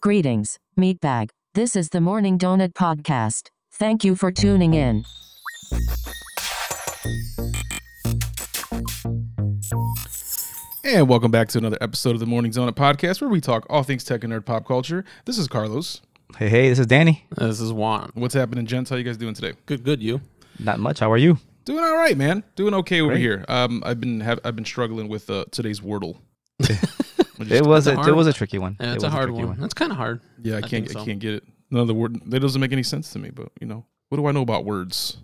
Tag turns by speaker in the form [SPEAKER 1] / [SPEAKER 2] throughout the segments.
[SPEAKER 1] Greetings, meatbag. This is the Morning Donut Podcast. Thank you for tuning in.
[SPEAKER 2] And welcome back to another episode of the Morning Zone podcast where we talk all things tech and nerd pop culture. This is Carlos.
[SPEAKER 3] Hey, hey, this is Danny.
[SPEAKER 4] This is Juan.
[SPEAKER 2] What's happening, gents? How you guys doing today?
[SPEAKER 4] Good, good. You?
[SPEAKER 3] Not much. How are you?
[SPEAKER 2] Doing all right, man. Doing okay over here. Um, I've been have, I've been struggling with uh, today's Wordle.
[SPEAKER 3] It was a,
[SPEAKER 4] hard
[SPEAKER 3] it was
[SPEAKER 4] one.
[SPEAKER 3] a tricky one.
[SPEAKER 4] Yeah,
[SPEAKER 3] it
[SPEAKER 4] it's
[SPEAKER 3] was
[SPEAKER 4] a hard
[SPEAKER 3] tricky
[SPEAKER 4] one. That's kind of hard.
[SPEAKER 2] Yeah, I can't
[SPEAKER 4] think
[SPEAKER 2] I
[SPEAKER 4] so.
[SPEAKER 2] can't get it. Another word that doesn't make any sense to me. But you know, what do I know about words?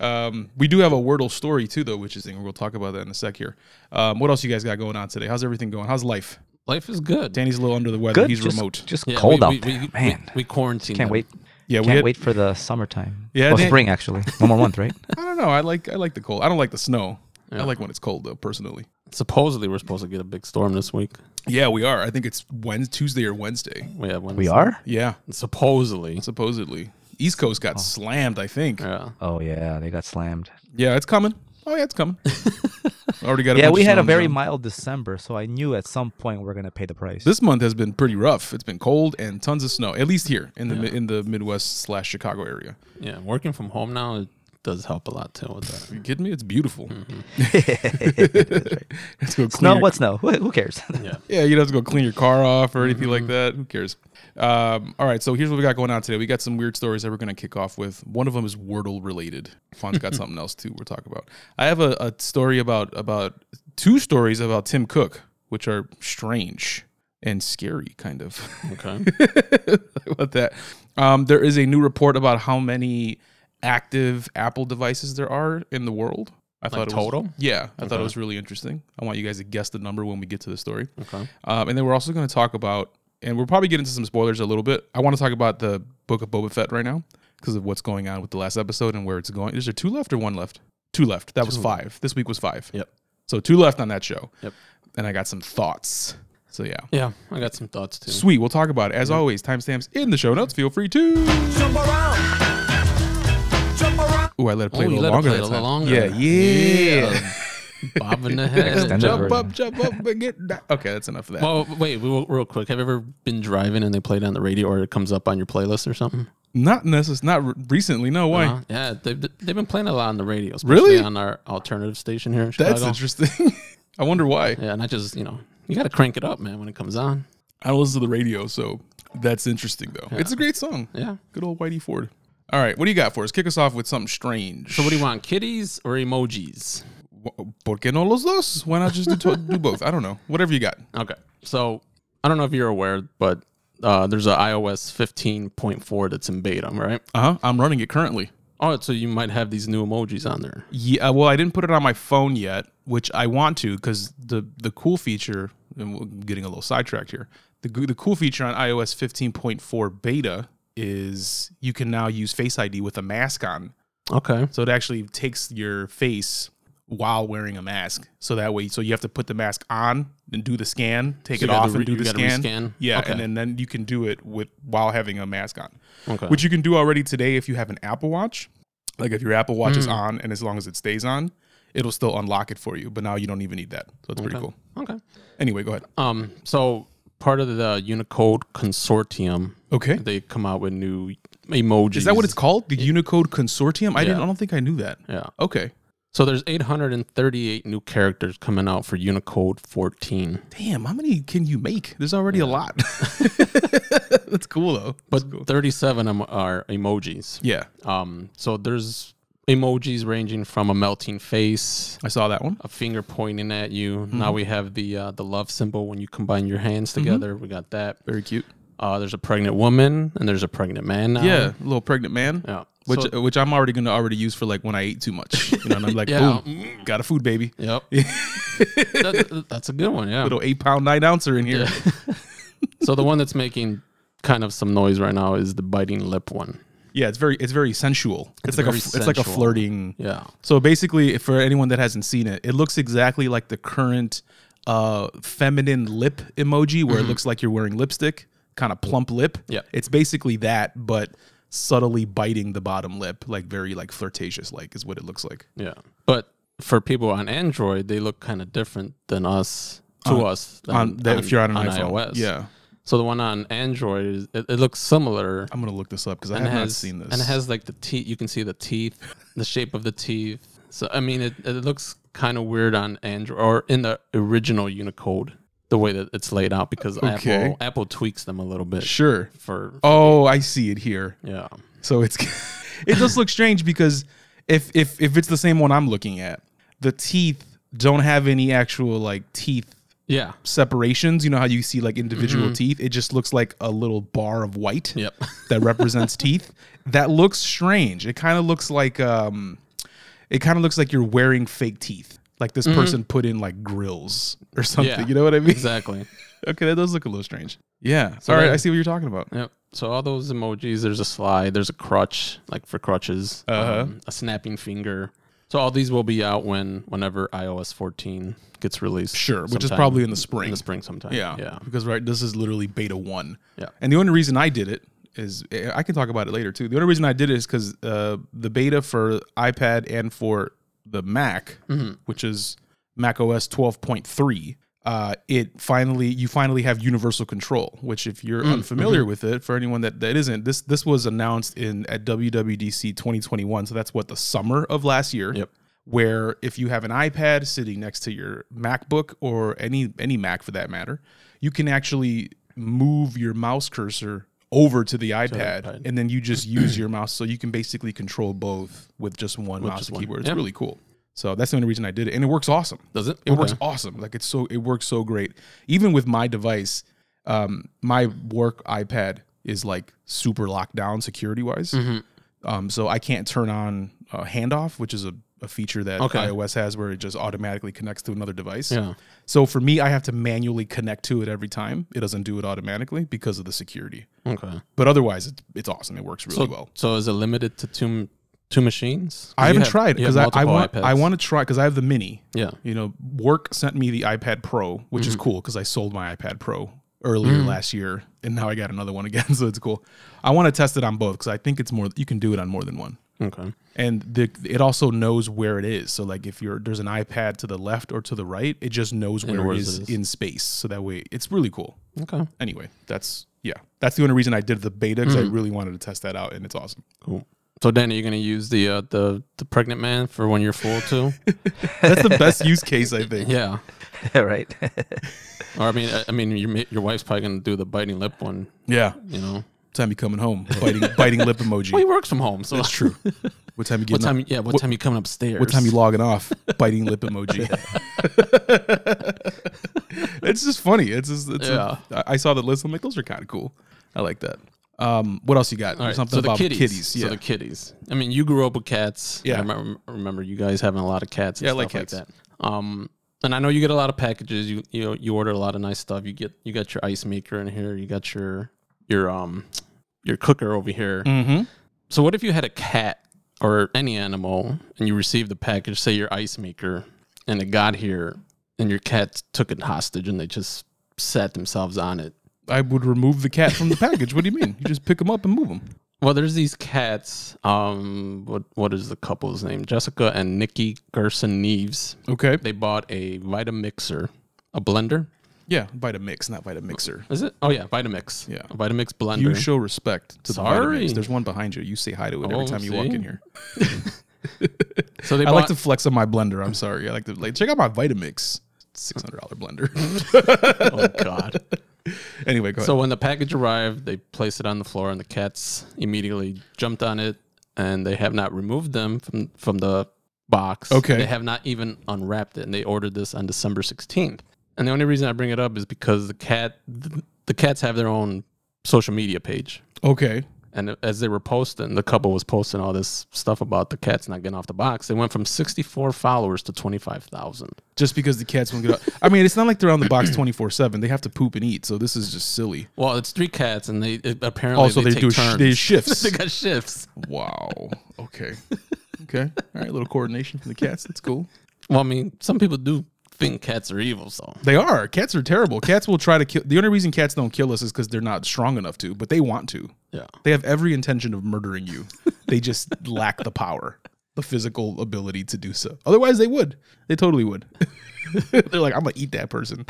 [SPEAKER 2] um, we do have a Wordle story too, though, which is we'll talk about that in a sec here. Um, what else you guys got going on today? How's everything going? How's life?
[SPEAKER 4] Life is good.
[SPEAKER 2] Danny's a little under the weather.
[SPEAKER 3] Good,
[SPEAKER 2] He's
[SPEAKER 3] just-
[SPEAKER 2] remote.
[SPEAKER 3] Just
[SPEAKER 4] Yeah,
[SPEAKER 3] cold
[SPEAKER 4] we,
[SPEAKER 3] out
[SPEAKER 4] we-
[SPEAKER 3] there,
[SPEAKER 4] we-
[SPEAKER 3] man.
[SPEAKER 4] We, we quarantined.
[SPEAKER 3] Can't
[SPEAKER 4] them.
[SPEAKER 3] wait.
[SPEAKER 2] yeah,
[SPEAKER 3] Can't
[SPEAKER 2] had-
[SPEAKER 3] wait for the summertime.
[SPEAKER 2] Yeah,
[SPEAKER 3] well,
[SPEAKER 2] they-
[SPEAKER 3] spring actually. One more month, right?
[SPEAKER 2] I don't know. I like I like the cold. I don't like the snow. I
[SPEAKER 4] Yeah.
[SPEAKER 2] like when it's cold though, personally.
[SPEAKER 4] Supposedly we're supposed to get a big storm this week.
[SPEAKER 2] Yeah, we are. I think it's Wednesday, Tuesday or Wednesday.
[SPEAKER 4] We have one.
[SPEAKER 3] We are.
[SPEAKER 2] Yeah,
[SPEAKER 4] supposedly.
[SPEAKER 2] supposedly. East Coast got slammed, I think.
[SPEAKER 4] Yeah.
[SPEAKER 3] Oh yeah, they got slammed.
[SPEAKER 2] Yeah, it's coming. Oh yeah, it's coming. Already got. A
[SPEAKER 3] Yeah,
[SPEAKER 2] bunch
[SPEAKER 3] we
[SPEAKER 2] of
[SPEAKER 3] had a
[SPEAKER 2] storms
[SPEAKER 3] very
[SPEAKER 2] on.
[SPEAKER 3] mild December, so I knew at some point we're gonna pay the price.
[SPEAKER 2] This month has been pretty rough. It's been cold and tons of snow. At least here in the mi in the Midwest slash Chicago area.
[SPEAKER 4] Yeah. Working from home now it does help a lot too with that.
[SPEAKER 2] Are you kidding me? It's beautiful. Let's go clean
[SPEAKER 3] Mm-hmm. snow?
[SPEAKER 2] your-
[SPEAKER 3] What snow? Who, who cares?
[SPEAKER 4] Yeah.
[SPEAKER 2] Yeah, you don't have to go clean your car off or anything like that. Who cares? Um, all right, so here's what we got going on today. We got some weird stories that we're going to kick off with. One of them is Wordle related. Fawn's got something else too we're talking about. I have a, a story about about two stories about Tim Cook, which are strange and scary, kind of
[SPEAKER 4] Okay.
[SPEAKER 2] about that. Um, there is a new report about how many active Apple devices there are in the world. I thought it was-
[SPEAKER 4] total?
[SPEAKER 2] yeah, I thought it was really interesting. I want you guys to guess the number when we get to the story.
[SPEAKER 4] Okay.
[SPEAKER 2] Um, and then we're also going to talk about, and we'll probably get into some spoilers a little bit. I want to talk about the book of Boba Fett right now because of what's going on with the last episode and where it's going. Is there two left or one left? Two left. That was five. This week was five.
[SPEAKER 4] Yep.
[SPEAKER 2] So two left on that show.
[SPEAKER 4] Yep.
[SPEAKER 2] And I got some thoughts. So yeah.
[SPEAKER 4] Yeah. I got some thoughts too.
[SPEAKER 2] Sweet. We'll talk about it. As always, timestamps in the show notes. Feel free to.
[SPEAKER 5] Jump around. Jump around.
[SPEAKER 2] Oh, I let it play
[SPEAKER 4] Oh,
[SPEAKER 2] a
[SPEAKER 4] you
[SPEAKER 2] little
[SPEAKER 4] let it
[SPEAKER 2] longer.
[SPEAKER 4] play
[SPEAKER 2] that
[SPEAKER 4] a little
[SPEAKER 2] time.
[SPEAKER 4] longer.
[SPEAKER 2] Yeah. Yeah.
[SPEAKER 4] Bobbing the head.
[SPEAKER 3] Extended
[SPEAKER 4] Jump
[SPEAKER 2] Jump
[SPEAKER 3] version.
[SPEAKER 2] up, jump up, and get down. Okay, that's enough of that.
[SPEAKER 4] Well, wait, real real quick. Have you ever been driving and they played on the radio or it comes up on your playlist or something?
[SPEAKER 2] not necessarily. Not re- recently. No way.
[SPEAKER 4] Uh-huh. Yeah, they've, they've been playing a lot on the radio, especially
[SPEAKER 2] Really?
[SPEAKER 4] on our alternative station here in Chicago.
[SPEAKER 2] That's interesting. I wonder why.
[SPEAKER 4] Yeah, and I just, you know, you got to crank it up, man, when it comes on.
[SPEAKER 2] I don't listen to the radio, so that's interesting though. It's a great song.
[SPEAKER 4] Yeah.
[SPEAKER 2] Good old Whitey Ford. All right, what do you got for us? Kick us off with something strange.
[SPEAKER 4] So, what do you want, kitties or emojis?
[SPEAKER 2] Wh- Por qué no los dos? Why not just do, to- do both? I don't know. Whatever you got.
[SPEAKER 4] Okay. So, I don't know if you're aware, but uh, there's a iOS 15.4 that's in beta, right?
[SPEAKER 2] Uh huh. I'm running it currently.
[SPEAKER 4] Oh, so you might have these new emojis on there.
[SPEAKER 2] Yeah. uh, Well, I didn't put it on my phone yet, which I want to because the the cool feature. And we're getting a little sidetracked here. The goo- the cool feature on iOS 15.4 beta is you can now use Face ID with a mask on.
[SPEAKER 4] Okay.
[SPEAKER 2] So it actually takes your face while wearing a mask. So that way, so you have to put the mask on and do the scan, take
[SPEAKER 4] So
[SPEAKER 2] it
[SPEAKER 4] you gotta
[SPEAKER 2] off and
[SPEAKER 4] re-
[SPEAKER 2] do
[SPEAKER 4] you
[SPEAKER 2] the
[SPEAKER 4] gotta
[SPEAKER 2] scan.
[SPEAKER 4] rescan?
[SPEAKER 2] Yeah,
[SPEAKER 4] Okay.
[SPEAKER 2] and then, then you can do it with while having a mask on,
[SPEAKER 4] Okay.
[SPEAKER 2] which you can do already today if you have an Apple Watch. Like if your Apple Watch is on, and as long as it stays on, it'll still unlock it for you. But now you don't even need that, so it's pretty cool.
[SPEAKER 4] Okay.
[SPEAKER 2] Anyway, go ahead.
[SPEAKER 4] Um, so, part of the Unicode Consortium,
[SPEAKER 2] Okay,
[SPEAKER 4] they come out with new emojis.
[SPEAKER 2] is that what it's called? The Unicode Consortium? I didn't.
[SPEAKER 4] Yeah.
[SPEAKER 2] I don't think I knew that.
[SPEAKER 4] Yeah.
[SPEAKER 2] Okay.
[SPEAKER 4] So there's 838 new characters coming out for Unicode 14.
[SPEAKER 2] Damn, how many can you make? There's already a lot. That's cool though.
[SPEAKER 4] But 37 em- are emojis.
[SPEAKER 2] Yeah,
[SPEAKER 4] Um, so there's emojis ranging from a melting face,
[SPEAKER 2] I saw that one.
[SPEAKER 4] a finger pointing at you.
[SPEAKER 2] Mm-hmm.
[SPEAKER 4] Now we have the uh, the love symbol when you combine your hands together. We got that.
[SPEAKER 2] Very cute.
[SPEAKER 4] Uh, there's a pregnant woman and there's a pregnant man now.
[SPEAKER 2] Yeah, a little pregnant man.
[SPEAKER 4] Yeah.
[SPEAKER 2] Which
[SPEAKER 4] So-
[SPEAKER 2] which I'm already gonna already use for like when I ate too much. You know, and I'm like,
[SPEAKER 4] Yeah.
[SPEAKER 2] boom, got a food baby.
[SPEAKER 4] Yep. That- that's a good one. Yeah.
[SPEAKER 2] Little eight pound nine ouncer in here.
[SPEAKER 4] So the one that's making kind of some noise right now is the biting lip one.
[SPEAKER 2] Yeah, it's very it's very sensual. It's, like a
[SPEAKER 4] very
[SPEAKER 2] f- it's like a
[SPEAKER 4] sensual.
[SPEAKER 2] flirting.
[SPEAKER 4] Yeah.
[SPEAKER 2] So basically, if- for anyone that hasn't seen it, it looks exactly like the current uh feminine lip emoji, where it looks like you're wearing lipstick, kind of plump lip.
[SPEAKER 4] Mm-hmm. Yeah.
[SPEAKER 2] it's basically that, but subtly biting the bottom lip, like very like flirtatious, like is what it looks like.
[SPEAKER 4] Yeah. But for people on Android, they look kind of different than us to us than
[SPEAKER 2] on, that if you're on an iPhone.
[SPEAKER 4] iOS.
[SPEAKER 2] Yeah.
[SPEAKER 4] So the one on Android, is- it, it looks similar.
[SPEAKER 2] I'm gonna look this up because I
[SPEAKER 4] and
[SPEAKER 2] have
[SPEAKER 4] it has,
[SPEAKER 2] not seen this.
[SPEAKER 4] And it has like the teeth. You can see the teeth, the shape of the teeth. So I mean, it, it looks kind of weird on Android or in the original Unicode, the way that it's laid out because
[SPEAKER 2] Okay.
[SPEAKER 4] Apple Apple tweaks them a little bit
[SPEAKER 2] sure.
[SPEAKER 4] for
[SPEAKER 2] Oh, I see it here.
[SPEAKER 4] yeah.
[SPEAKER 2] So it's it does look strange because if if if it's the same one I'm looking at, the teeth don't have any actual like teeth
[SPEAKER 4] Yeah.
[SPEAKER 2] separations. You know how you see like individual teeth? It just looks like a little bar of white
[SPEAKER 4] Yep.
[SPEAKER 2] that represents teeth. That looks strange. It kind of looks like um it kind of looks like you're wearing fake teeth. Like this person put in like grills or something.
[SPEAKER 4] Yeah.
[SPEAKER 2] You know what I mean?
[SPEAKER 4] Exactly.
[SPEAKER 2] Okay, that does look a little strange. Yeah.
[SPEAKER 4] So
[SPEAKER 2] All right,
[SPEAKER 4] then-
[SPEAKER 2] I see what you're talking about.
[SPEAKER 4] Yep. So all those emojis. There's a slide. There's a crutch, like for crutches.
[SPEAKER 2] Uh-huh.
[SPEAKER 4] um, a snapping finger. So all these will be out when whenever iOS 14 gets released.
[SPEAKER 2] Sure, which is
[SPEAKER 4] sometime
[SPEAKER 2] probably in the spring.
[SPEAKER 4] In the spring, sometime.
[SPEAKER 2] Yeah.
[SPEAKER 4] Yeah.
[SPEAKER 2] Because right, this is literally beta one.
[SPEAKER 4] Yeah.
[SPEAKER 2] And the only reason I did it is eh, I can talk about it later too. The only reason I did it is because uh, the beta for iPad and for the Mac,
[SPEAKER 4] Mm-hmm.
[SPEAKER 2] which is Mac OS twelve point three. Uh, it finally you finally have universal control which if you're
[SPEAKER 4] Mm,
[SPEAKER 2] unfamiliar
[SPEAKER 4] mm-hmm.
[SPEAKER 2] with it for anyone that, that isn't this this was announced in at WWDC 2021 so that's what the summer of last year
[SPEAKER 4] Yep.
[SPEAKER 2] where if you have an iPad sitting next to your MacBook or any any Mac for that matter, you can actually move your mouse cursor over to the iPad,
[SPEAKER 4] iPad.
[SPEAKER 2] and then you just use your mouse so you can basically control both with just one mouse
[SPEAKER 4] just
[SPEAKER 2] and
[SPEAKER 4] one.
[SPEAKER 2] keyboard. It's
[SPEAKER 4] Yeah.
[SPEAKER 2] really cool. So that's the only reason I did it, and it works awesome.
[SPEAKER 4] Does it?
[SPEAKER 2] It works
[SPEAKER 4] Okay.
[SPEAKER 2] awesome. Like it's so it works so great. Even with my device, um, my work iPad is like super locked down security wise.
[SPEAKER 4] Mm-hmm.
[SPEAKER 2] Um, so I can't turn on uh, handoff, which is a, a feature that
[SPEAKER 4] Okay.
[SPEAKER 2] iOS has where it just automatically connects to another device.
[SPEAKER 4] Yeah.
[SPEAKER 2] So for me, I have to manually connect to it every time. It doesn't do it automatically because of the security.
[SPEAKER 4] Okay.
[SPEAKER 2] But otherwise, it's, it's awesome. It works really
[SPEAKER 4] So,
[SPEAKER 2] well.
[SPEAKER 4] so is it limited to two m- two machines?
[SPEAKER 2] I
[SPEAKER 4] You
[SPEAKER 2] haven't
[SPEAKER 4] have-
[SPEAKER 2] tried it
[SPEAKER 4] you
[SPEAKER 2] because I,
[SPEAKER 4] have
[SPEAKER 2] I
[SPEAKER 4] multiple
[SPEAKER 2] want I
[SPEAKER 4] iPads.
[SPEAKER 2] want to try because I have the mini.
[SPEAKER 4] Yeah.
[SPEAKER 2] You know, work sent me the iPad Pro, which
[SPEAKER 4] Mhm.
[SPEAKER 2] is cool because I sold my iPad Pro earlier
[SPEAKER 4] Mm-hmm.
[SPEAKER 2] last year, and now I got another one again, so it's cool. I want to test it on both because I think it's more. You can do it on more than one.
[SPEAKER 4] Okay.
[SPEAKER 2] and the it also knows where it is. So like if you're there's an iPad to the left or to the right, it just knows where
[SPEAKER 4] where
[SPEAKER 2] it
[SPEAKER 4] it
[SPEAKER 2] is,
[SPEAKER 4] is.
[SPEAKER 2] in space. So that way it's really cool.
[SPEAKER 4] Okay.
[SPEAKER 2] Anyway, that's yeah, that's the only reason I did the beta because
[SPEAKER 4] Mm.
[SPEAKER 2] I really wanted to test that out, and it's awesome.
[SPEAKER 4] Cool. So Danny, you're gonna use the uh, the the pregnant man for when you're full too?
[SPEAKER 2] That's the best use case I think.
[SPEAKER 4] yeah.
[SPEAKER 3] right.
[SPEAKER 4] Or I mean, I, I mean, your ma- your wife's probably gonna do the biting lip one.
[SPEAKER 2] Yeah,
[SPEAKER 4] You know,
[SPEAKER 2] time you coming home, biting biting lip emoji.
[SPEAKER 4] well, he works from home, so
[SPEAKER 2] That's true. What time you
[SPEAKER 4] What
[SPEAKER 2] getting?
[SPEAKER 4] time?
[SPEAKER 2] Up?
[SPEAKER 4] Yeah, what, time you coming upstairs?
[SPEAKER 2] What time you logging off? Biting lip emoji. it's just funny. It's just it's yeah. I I saw the list. I'm like, those are kind of cool. I like that. Um, what else you got?
[SPEAKER 4] All right,
[SPEAKER 2] Something
[SPEAKER 4] so the
[SPEAKER 2] about
[SPEAKER 4] kitties.
[SPEAKER 2] kitties.
[SPEAKER 4] So
[SPEAKER 2] Yeah.
[SPEAKER 4] the kitties. I mean, you grew up with cats.
[SPEAKER 2] Yeah.
[SPEAKER 4] I remember, remember you guys having a lot of cats. And
[SPEAKER 2] Yeah, I
[SPEAKER 4] stuff
[SPEAKER 2] like
[SPEAKER 4] like
[SPEAKER 2] cats.
[SPEAKER 4] that. Um, and I know you get a lot of packages. You you you order a lot of nice stuff. You get you got your ice maker in here. You got your your um your cooker over here.
[SPEAKER 2] mm-hmm.
[SPEAKER 4] So what if you had a cat or any animal and you received the package, say your ice maker, and it got here and your cat took it hostage and they just sat themselves on it.
[SPEAKER 2] I would remove the cat from the package. what do you mean? You just pick them up and move them.
[SPEAKER 4] Well, there's these cats. Um, what what is the couple's name? Jessica and Nikki Gerson Neves.
[SPEAKER 2] Okay.
[SPEAKER 4] They bought a Vitamixer, a blender.
[SPEAKER 2] Yeah. Vitamix, not Vitamixer.
[SPEAKER 4] Is it? Oh yeah, Vitamix.
[SPEAKER 2] Yeah.
[SPEAKER 4] a Vitamix blender.
[SPEAKER 2] You show respect to the
[SPEAKER 4] Sorry.
[SPEAKER 2] Vitamix. There's one behind you. You say hi to it
[SPEAKER 4] Oh,
[SPEAKER 2] every time you walk
[SPEAKER 4] see?
[SPEAKER 2] in here.
[SPEAKER 4] so they
[SPEAKER 2] I
[SPEAKER 4] bought.
[SPEAKER 2] like to flex on my blender. I'm sorry. I like to like check out my Vitamix. Six hundred dollar blender.
[SPEAKER 4] oh god.
[SPEAKER 2] anyway, go ahead.
[SPEAKER 4] So when the package arrived, they placed it on the floor, and the cats immediately jumped on it, and they have not removed them from from the box.
[SPEAKER 2] Okay.
[SPEAKER 4] they have not even unwrapped it, and they ordered this on December sixteenth. And the only reason I bring it up is because the cat, the, the cats have their own social media page,
[SPEAKER 2] okay.
[SPEAKER 4] and as they were posting, the couple was posting all this stuff about the cats not getting off the box. They went from sixty four followers to twenty five thousand.
[SPEAKER 2] just because the cats won't get out. I mean, it's not like they're on the box 24 7. They have to poop and eat. So this is just silly.
[SPEAKER 4] Well, it's three cats, and they it, apparently
[SPEAKER 2] Also, they
[SPEAKER 4] take
[SPEAKER 2] do sh-
[SPEAKER 4] turns.
[SPEAKER 2] they shifts.
[SPEAKER 4] they got shifts.
[SPEAKER 2] Wow. Okay. Okay. All right. A little coordination from the cats. That's cool.
[SPEAKER 4] Well, I mean, some people do think cats are evil, so
[SPEAKER 2] They are. Cats are terrible. Cats will try to kill. The only reason cats don't kill us is because they're not strong enough to, but they want to.
[SPEAKER 4] yeah.
[SPEAKER 2] They have every intention of murdering you. They just lack the power, the physical ability to do so. Otherwise, they would. They totally would. they're like, I'm going to eat that person.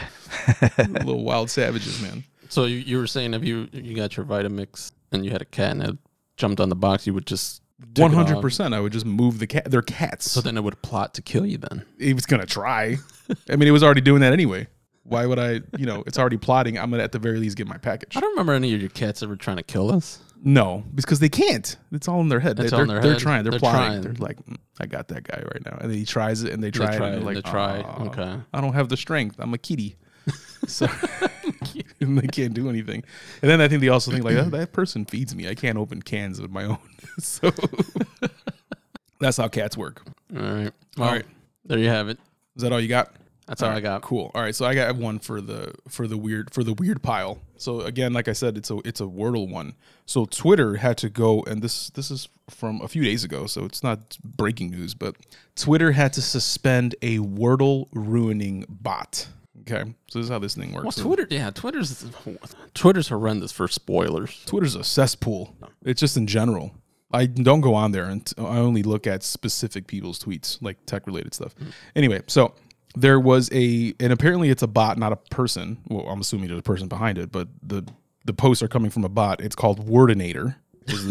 [SPEAKER 2] little wild savages, man.
[SPEAKER 4] So you, you were saying if you you got your Vitamix and you had a cat and it jumped on the box, you would just take it off.
[SPEAKER 2] One hundred percent. I would just move the cat. They're cats.
[SPEAKER 4] So then it would plot to kill you. Then
[SPEAKER 2] it was gonna try. I mean, it was already doing that anyway. Why would I? You know, it's already plotting. I'm gonna at the very least get my package.
[SPEAKER 4] I don't remember any of your cats ever trying to kill us.
[SPEAKER 2] No, because they can't. It's all in their head.
[SPEAKER 4] It's
[SPEAKER 2] they,
[SPEAKER 4] all
[SPEAKER 2] are
[SPEAKER 4] in their
[SPEAKER 2] they're
[SPEAKER 4] head.
[SPEAKER 2] trying. They're,
[SPEAKER 4] They're
[SPEAKER 2] plotting.
[SPEAKER 4] trying.
[SPEAKER 2] They're like, "Mm, I got that guy right now, and then he tries it, and they try,
[SPEAKER 4] try
[SPEAKER 2] it, and they're
[SPEAKER 4] it,
[SPEAKER 2] like, uh,
[SPEAKER 4] they try it.
[SPEAKER 2] "Aw,
[SPEAKER 4] Okay.
[SPEAKER 2] I don't have the strength. I'm a kitty. So and they can't do anything. And then I think they also think like that, that person feeds me. I can't open cans of my own. so that's how cats work.
[SPEAKER 4] All
[SPEAKER 2] oh.
[SPEAKER 4] right. Well,
[SPEAKER 2] All right.
[SPEAKER 4] There you have it.
[SPEAKER 2] Is that all you got?
[SPEAKER 4] That's all, I got.
[SPEAKER 2] Cool. All right, so I got one for the for the weird for the weird pile. So again, like I said, it's a it's a Wordle one. So Twitter had to go, and this this is from a few days ago, so it's not breaking news, but Twitter had to suspend a Wordle ruining bot. Okay, so this is how this thing works.
[SPEAKER 4] Well, Twitter, yeah, Twitter's Twitter's horrendous for spoilers.
[SPEAKER 2] Twitter's a cesspool. It's just in general. I don't go on there, and I only look at specific people's tweets, like tech related stuff. Anyway, so there was a, and apparently it's a bot, not a person. Well, I'm assuming there's a person behind it, but the the posts are coming from a bot. It's called Wordinator. Is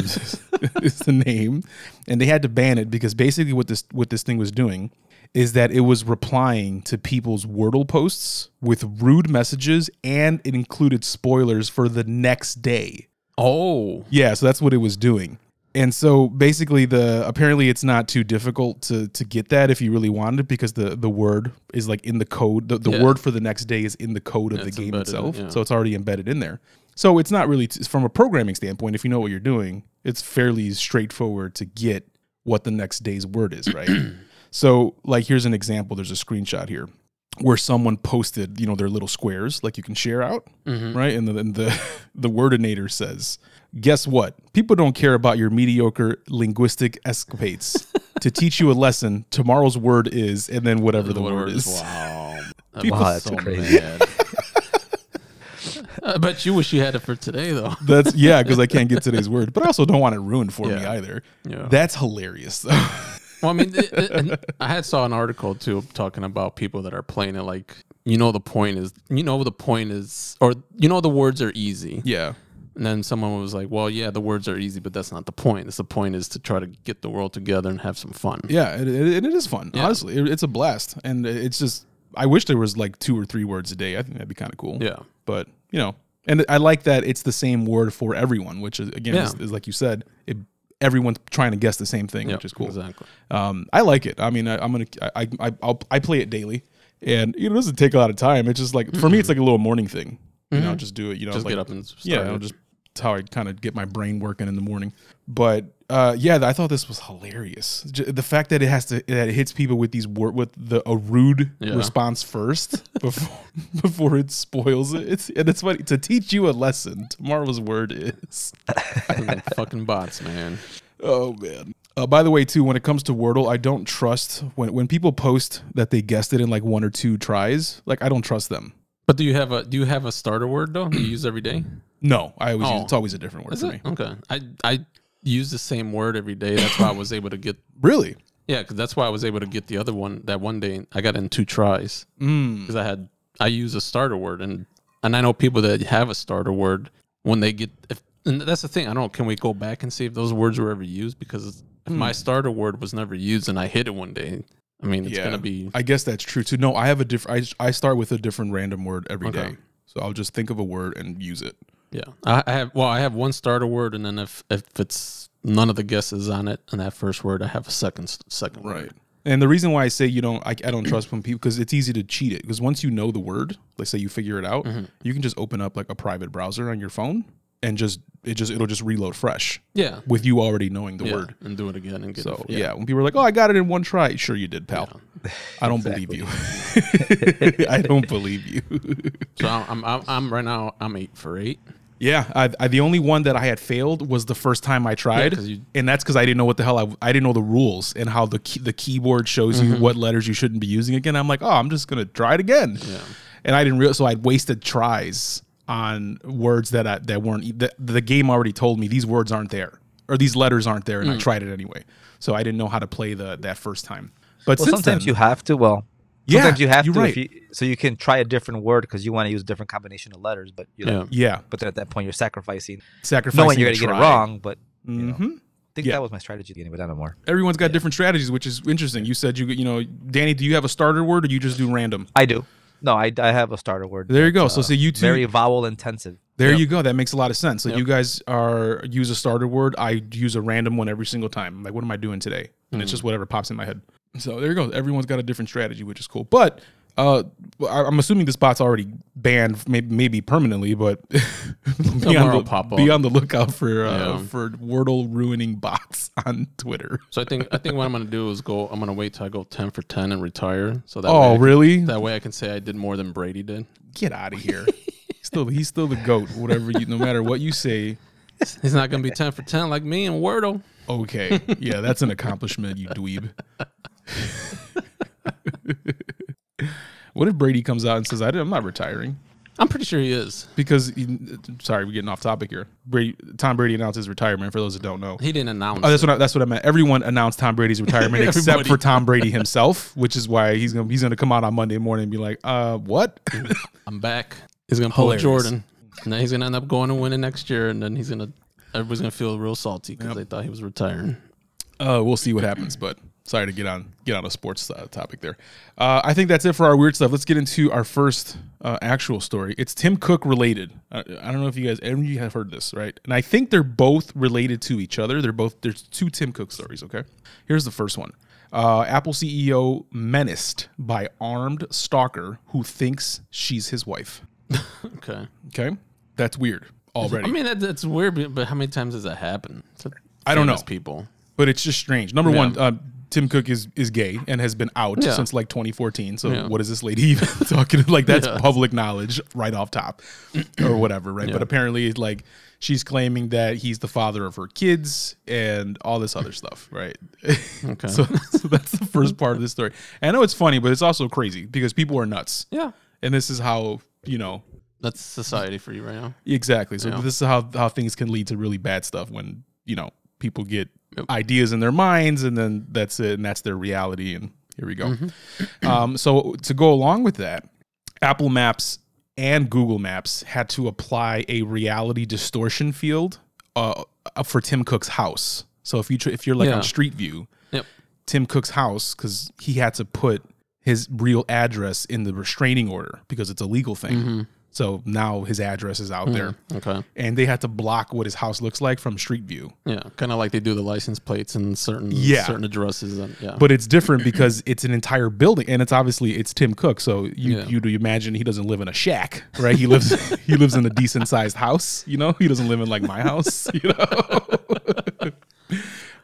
[SPEAKER 2] the, is the name, and they had to ban it because basically what this what this thing was doing is that it was replying to people's Wordle posts with rude messages, and it included spoilers for the next day.
[SPEAKER 4] Oh,
[SPEAKER 2] Yeah, so that's what it was doing. And so basically the apparently it's not too difficult to to get that if you really wanted it because the the word is like in the code the, the
[SPEAKER 4] Yeah.
[SPEAKER 2] word for the next day is in the code of the
[SPEAKER 4] It's
[SPEAKER 2] game
[SPEAKER 4] embedded in-
[SPEAKER 2] itself.
[SPEAKER 4] yeah.
[SPEAKER 2] So it's already embedded in there. So it's not really t- from a programming standpoint if you know what you're doing, it's fairly straightforward to get what the next day's word is, right? so like here's an example, there's a screenshot here where someone posted, you know, their little squares like you can share out, right? And then and the the wordinator says, "Guess what? People don't care about your mediocre linguistic escapades. to teach you a lesson, tomorrow's word is and then whatever the, word, is."
[SPEAKER 4] Wow, that
[SPEAKER 2] People-
[SPEAKER 4] was
[SPEAKER 2] Wow,
[SPEAKER 3] that's
[SPEAKER 4] so
[SPEAKER 3] crazy.
[SPEAKER 4] bad. I bet you wish you had it for today, though.
[SPEAKER 2] That's yeah, cuz I can't get today's word, but I also don't want it ruined for me
[SPEAKER 4] Yeah.
[SPEAKER 2] either.
[SPEAKER 4] Yeah.
[SPEAKER 2] That's hilarious though.
[SPEAKER 4] Well, I mean, it, it- and I had saw an article too talking about people that are playing it. Like, you know, the point is, you know, the point is, or you know, the words are easy.
[SPEAKER 2] yeah.
[SPEAKER 4] And then someone was like, "Well, yeah, the words are easy, but that's not the point. It's the point is to try to get the world together and have some fun."
[SPEAKER 2] Yeah, it, it, it is fun. Honestly, it, it's a blast and it's just I wish there was like two or three words a day. I think that'd be kind of cool.
[SPEAKER 4] Yeah.
[SPEAKER 2] but you know and i like that it's the same word for everyone which is again
[SPEAKER 4] Yeah.
[SPEAKER 2] is, is like you said it, everyone's trying to guess the same thing
[SPEAKER 4] Yeah,
[SPEAKER 2] which is cool
[SPEAKER 4] Exactly.
[SPEAKER 2] um, i like it i mean I, i'm gonna i i I'll, i play it daily and you know, it doesn't take a lot of time it's just like for me it's like a little morning thing you know just do it you know
[SPEAKER 4] Mm-hmm. Just
[SPEAKER 2] like,
[SPEAKER 4] get up and start
[SPEAKER 2] yeah
[SPEAKER 4] it.
[SPEAKER 2] I'll just it's how i kind of get my brain working in the morning but uh, yeah, I thought this was hilarious. J- The fact that it has to that it hits people with these wor- with the a rude
[SPEAKER 4] Yeah.
[SPEAKER 2] response first before before it spoils it. It's, and it's funny to teach you a lesson. Tomorrow's word is.
[SPEAKER 4] Fucking- fucking bots, man.
[SPEAKER 2] Oh man. Uh, by the way, too, when it comes to Wordle, I don't trust when when people post that they guessed it in like one or two tries. Like I don't trust them.
[SPEAKER 4] But do you have a do you have a starter word though? that You use every day?
[SPEAKER 2] No, I always
[SPEAKER 4] Oh.
[SPEAKER 2] use, it's always a different word
[SPEAKER 4] Is
[SPEAKER 2] for
[SPEAKER 4] it
[SPEAKER 2] me.
[SPEAKER 4] okay? I I use the same word every day. That's why I was able to get
[SPEAKER 2] Really?
[SPEAKER 4] yeah. 'cause that's why I was able to get the other one that one day. I got in two tries
[SPEAKER 2] Mm.
[SPEAKER 4] because I had I use a starter word and and I know people that have a starter word when they get if and that's the thing. I don't. Can we go back and see if those words were ever used? Because if
[SPEAKER 2] Hmm.
[SPEAKER 4] my starter word was never used and I hit it one day, I mean it's gonna be
[SPEAKER 2] I guess that's true too. No, I have a different. I, I start with a different random word every day,
[SPEAKER 4] Okay.
[SPEAKER 2] so I'll just think of a word and use it.
[SPEAKER 4] Yeah, I, I have. Well, I have one starter word, and then if if it's none of the guesses on it on that first word, I have a second s- second word.
[SPEAKER 2] And the reason why I say you don't, I, I don't trust when people because it's easy to cheat it. Because once you know the word, like say you figure it out,
[SPEAKER 4] Mm-hmm.
[SPEAKER 2] you can just open up like a private browser on your phone and just it just it'll just reload fresh
[SPEAKER 4] Yeah,
[SPEAKER 2] with you already knowing the
[SPEAKER 4] yeah,
[SPEAKER 2] word.
[SPEAKER 4] and do it again and get
[SPEAKER 2] So
[SPEAKER 4] it.
[SPEAKER 2] yeah. when people are like, "Oh, I got it in one try," sure you did, pal. I don't believe you. I don't believe you.
[SPEAKER 4] So I'm, I'm I'm right now I'm eight for eight.
[SPEAKER 2] Yeah, I, I, the only one that I had failed was the first time I tried,
[SPEAKER 4] 'cause you-
[SPEAKER 2] and that's because I didn't know what the hell I, I didn't know the rules and how the key, the keyboard shows
[SPEAKER 3] Mm-hmm.
[SPEAKER 2] you what letters you shouldn't be using again. I'm like, oh, I'm just gonna try it again, and I didn't realize so I'd wasted tries on words that I, that weren't the, the game already told me these words aren't there or these letters aren't there,
[SPEAKER 3] Mm.
[SPEAKER 2] and I tried it anyway, so I didn't know how to play the that first time. But
[SPEAKER 3] Well,
[SPEAKER 2] since
[SPEAKER 3] sometimes
[SPEAKER 2] then,
[SPEAKER 3] you have to. Well,
[SPEAKER 2] Yeah,
[SPEAKER 3] Sometimes you have
[SPEAKER 2] you're
[SPEAKER 3] to,
[SPEAKER 2] right.
[SPEAKER 3] if you, so you can try a different word because you want to use a different combination of letters. But you
[SPEAKER 4] Yeah.
[SPEAKER 3] know,
[SPEAKER 2] Yeah,
[SPEAKER 3] but then at that point, you're sacrificing,
[SPEAKER 2] sacrificing.
[SPEAKER 3] knowing you're
[SPEAKER 2] to
[SPEAKER 3] gonna get it
[SPEAKER 2] try.
[SPEAKER 3] wrong. But you know,
[SPEAKER 2] Mhm.
[SPEAKER 3] I think
[SPEAKER 2] Yeah.
[SPEAKER 3] that was my strategy, anyway, but not anymore.
[SPEAKER 2] Everyone's got different strategies, which is interesting. You said you you know, Danny, do you have a starter word or you just do random?
[SPEAKER 3] I do. No, I, I have a starter word.
[SPEAKER 2] There you go.
[SPEAKER 3] that's,
[SPEAKER 2] So,
[SPEAKER 3] uh,
[SPEAKER 2] so you two-
[SPEAKER 3] very vowel intensive.
[SPEAKER 2] There
[SPEAKER 4] Yep.
[SPEAKER 2] you go. That makes a lot of sense. Like
[SPEAKER 4] Yep.
[SPEAKER 2] you guys are use a starter word. I use a random one every single time. I'm like, what am I doing today? And
[SPEAKER 4] Hmm.
[SPEAKER 2] it's just whatever pops in my head. So there you go. Everyone's got a different strategy, which is cool. But uh, I- I'm assuming the spot's already banned, maybe, maybe permanently. But be,
[SPEAKER 4] more
[SPEAKER 2] on the,
[SPEAKER 4] will pop up.
[SPEAKER 2] be on the lookout for uh,
[SPEAKER 4] Yeah.
[SPEAKER 2] for Wordle ruining bots on Twitter.
[SPEAKER 4] So I think I think what I'm gonna do is go. I'm gonna wait till I go ten for ten and retire. So that way I
[SPEAKER 2] Oh,
[SPEAKER 4] can-
[SPEAKER 2] really?
[SPEAKER 4] that way I can say I did more than Brady did.
[SPEAKER 2] Get out of here. He's still, he's still the goat. Whatever you, no matter what you say.
[SPEAKER 4] He's not gonna be ten for ten like me and Wordle.
[SPEAKER 2] Okay. Yeah, that's an accomplishment, you dweeb. what if Brady comes out and says, I did, I'm not retiring?
[SPEAKER 4] I'm pretty sure he is.
[SPEAKER 2] Because, he- sorry, we're getting off topic here. Brady, Tom Brady announced his retirement, for those that don't know.
[SPEAKER 4] He didn't announce.
[SPEAKER 2] Oh, that's what I, that's what I meant. Everyone announced Tom Brady's retirement except
[SPEAKER 4] Everybody.
[SPEAKER 2] for Tom Brady himself, which is why he's gonna he's gonna come out on Monday morning and be like, "Uh, what?"
[SPEAKER 4] I'm back. He's gonna pull a
[SPEAKER 2] Hilarious.
[SPEAKER 4] Jordan. And then he's gonna end up going and winning next year, and then he's gonna everybody's gonna feel real salty because they thought he was retiring.
[SPEAKER 2] Uh, we'll see what happens, but sorry to get on get on a sports uh, topic there. Uh, I think that's it for our weird stuff. Let's get into our first uh, actual story. It's Tim Cook related. Uh, I don't know if you guys any of you have heard this, right? And I think they're both related to each other. They're both there's two Tim Cook stories. Okay, here's the first one. Uh, Apple CEO menaced by armed stalker who thinks she's his wife.
[SPEAKER 4] Okay.
[SPEAKER 2] Okay, that's weird already.
[SPEAKER 4] I mean that, that's weird, but- but how many times does that happen? To
[SPEAKER 2] I don't
[SPEAKER 4] famous
[SPEAKER 2] know.
[SPEAKER 4] People.
[SPEAKER 2] but it's just strange. Number
[SPEAKER 4] Yeah.
[SPEAKER 2] one, uh, Tim Cook is is gay and has been out
[SPEAKER 4] Yeah.
[SPEAKER 2] since like 2014. So
[SPEAKER 4] Yeah.
[SPEAKER 2] what is this lady even talking? Like that's public knowledge right off top, or whatever, right? But apparently, like she's claiming that he's the father of her kids and all this other stuff, right?
[SPEAKER 4] Okay.
[SPEAKER 2] so, so that's the first part of this story. And I know it's funny, but it's also crazy because people are nuts,
[SPEAKER 4] Yeah.
[SPEAKER 2] and this is how you know
[SPEAKER 4] That's society for you right now.
[SPEAKER 2] Exactly. So
[SPEAKER 4] Yeah.
[SPEAKER 2] this is how how things can lead to really bad stuff when you know people get
[SPEAKER 4] Yep.
[SPEAKER 2] ideas in their minds and then that's it and that's their reality and here we go.
[SPEAKER 4] Mm-hmm.
[SPEAKER 2] Um, so to go along with that, Apple Maps and Google Maps had to apply a reality distortion field uh, uh, for Tim Cook's house. So if you tr- if you're like
[SPEAKER 4] Yeah.
[SPEAKER 2] on Street View,
[SPEAKER 4] Yep.
[SPEAKER 2] Tim Cook's house because he had to put his real address in the restraining order because it's a legal thing.
[SPEAKER 4] Mm-hmm.
[SPEAKER 2] So now his address is out there,
[SPEAKER 4] Okay.
[SPEAKER 2] and they had to block what his house looks like from street view.
[SPEAKER 4] Yeah. Kind of like they do the license plates and certain
[SPEAKER 2] Yeah.
[SPEAKER 4] certain addresses and yeah.
[SPEAKER 2] But it's different because it's an entire building, and it's obviously it's Tim Cook. So you
[SPEAKER 4] Yeah.
[SPEAKER 2] you do imagine he doesn't live in a shack, right? He lives he lives in a decent sized house. You know, he doesn't live in like my house. You know.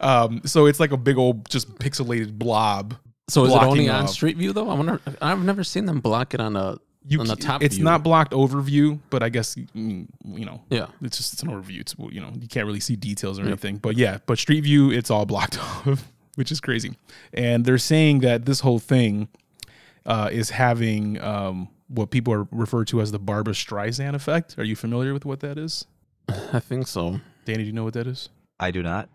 [SPEAKER 2] Um, so it's like a big old just pixelated blob.
[SPEAKER 4] so is it
[SPEAKER 2] blocking
[SPEAKER 4] only on
[SPEAKER 2] off.
[SPEAKER 4] Street View though? I wonder. I've never seen them block it on a
[SPEAKER 2] you
[SPEAKER 4] on the
[SPEAKER 2] ca-
[SPEAKER 4] top.
[SPEAKER 2] It's
[SPEAKER 4] view.
[SPEAKER 2] not blocked overview, but I guess mm, you know.
[SPEAKER 4] Yeah.
[SPEAKER 2] it's just it's an overview. It's well, you know you can't really see details or anything. But yeah, but Street View it's all blocked off, which is crazy. And they're saying that this whole thing uh, is having um, what people are referred to as the Barbara Streisand effect. Are you familiar with what that is,
[SPEAKER 4] I think so.
[SPEAKER 2] Danny? Do you know what that is?
[SPEAKER 3] I do not.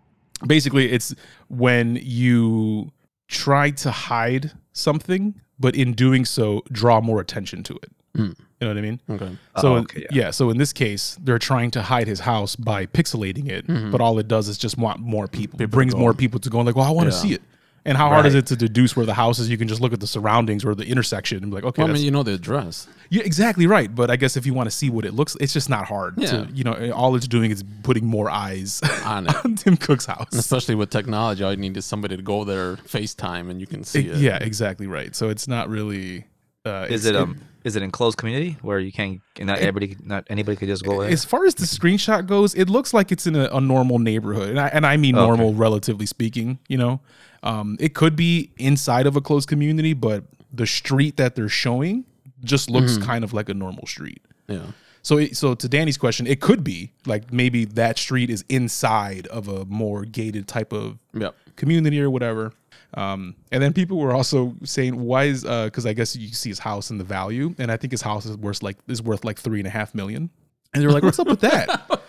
[SPEAKER 2] basically it's when you try to hide something but in doing so draw more attention to it
[SPEAKER 4] Mm.
[SPEAKER 2] you know what i mean
[SPEAKER 4] Okay.
[SPEAKER 2] so
[SPEAKER 3] Oh, okay,
[SPEAKER 2] yeah. so in this case they're trying to hide his house by pixelating it
[SPEAKER 4] Mm-hmm.
[SPEAKER 2] but all it does is just want more people, it brings more people to go like well i want to
[SPEAKER 4] Yeah.
[SPEAKER 2] see it and how hard is
[SPEAKER 3] Right.
[SPEAKER 2] it to deduce where the house is you can just look at the surroundings or the intersection and be like okay
[SPEAKER 4] Well, I
[SPEAKER 2] that's,
[SPEAKER 4] mean, you know the address.
[SPEAKER 2] you're exactly right but i guess if you want to see what it looks it's just not hard
[SPEAKER 4] Yeah.
[SPEAKER 2] to, you know all it's doing is putting more eyes
[SPEAKER 4] On it.
[SPEAKER 2] on tim cook's house
[SPEAKER 4] Especially with technology, all you need is somebody to go there, FaceTime, and you can see
[SPEAKER 2] It-
[SPEAKER 4] it.
[SPEAKER 2] yeah, exactly right. So it's not really. Uh, it's-
[SPEAKER 3] Is it um? Is it enclosed community where you can't? Not everybody. Not anybody could just go there.
[SPEAKER 2] As far as the screenshot goes, it looks like it's in a, a normal neighborhood, and I, and I mean normal, relatively speaking. You know, um, it could be inside of a closed community, but the street that they're showing just looks kind of like a normal street.
[SPEAKER 4] Yeah.
[SPEAKER 2] So, it, so to Danny's question, it could be like maybe that street is inside of a more gated type of
[SPEAKER 4] Yep.
[SPEAKER 2] community or whatever. Um, and then people were also saying, why is uh 'cause because I guess you see his house in the value, and I think his house is worth like is worth like three and a half million. And they were like, what's up with that?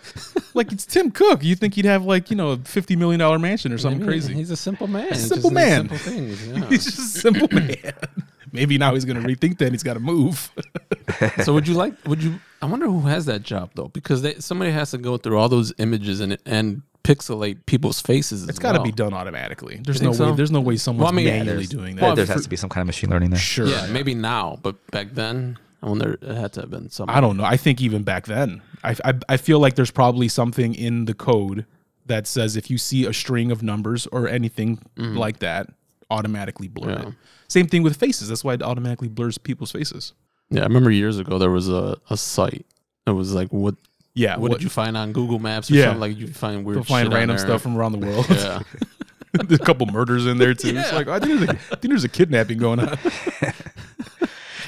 [SPEAKER 2] like it's Tim Cook. You think he'd have like you know a fifty million dollar mansion or something
[SPEAKER 4] I mean,
[SPEAKER 2] crazy?
[SPEAKER 4] He's a simple man. He
[SPEAKER 2] simple
[SPEAKER 4] just needs
[SPEAKER 2] man.
[SPEAKER 4] Simple things. Yeah.
[SPEAKER 2] He's just a simple man. Maybe now he's gonna rethink that. and He's got to move.
[SPEAKER 4] so would you like? Would you? I wonder who has that job though, because they, somebody has to go through all those images and and pixelate people's faces.
[SPEAKER 2] It's got to be done automatically. There's
[SPEAKER 4] You
[SPEAKER 2] no
[SPEAKER 4] think
[SPEAKER 2] way.
[SPEAKER 4] so?
[SPEAKER 2] There's no way someone's
[SPEAKER 4] I mean, yeah,
[SPEAKER 2] manually
[SPEAKER 4] there's-
[SPEAKER 2] doing that.
[SPEAKER 4] well,
[SPEAKER 3] there
[SPEAKER 4] for-
[SPEAKER 3] has to be some kind of machine learning there.
[SPEAKER 2] sure.
[SPEAKER 4] Yeah, maybe now, but back then, I wonder. It had to have been something.
[SPEAKER 2] I don't know. I think even back then, I, I I feel like there's probably something in the code that says if you see a string of numbers or anything like that, automatically blur
[SPEAKER 4] Mm-hmm. Yeah.
[SPEAKER 2] it. Same thing with faces. That's why it automatically blurs people's faces.
[SPEAKER 4] Yeah, I remember years ago there was a, a site. It was like what
[SPEAKER 2] Yeah.
[SPEAKER 4] what, did you find on Google Maps or
[SPEAKER 2] Yeah.
[SPEAKER 4] something like you find weird
[SPEAKER 2] You'll find
[SPEAKER 4] shit on
[SPEAKER 2] random
[SPEAKER 4] there.
[SPEAKER 2] stuff from around the world.
[SPEAKER 4] yeah.
[SPEAKER 2] there's a couple murders in there too. It's like I think, there's a, I think there's a kidnapping going on.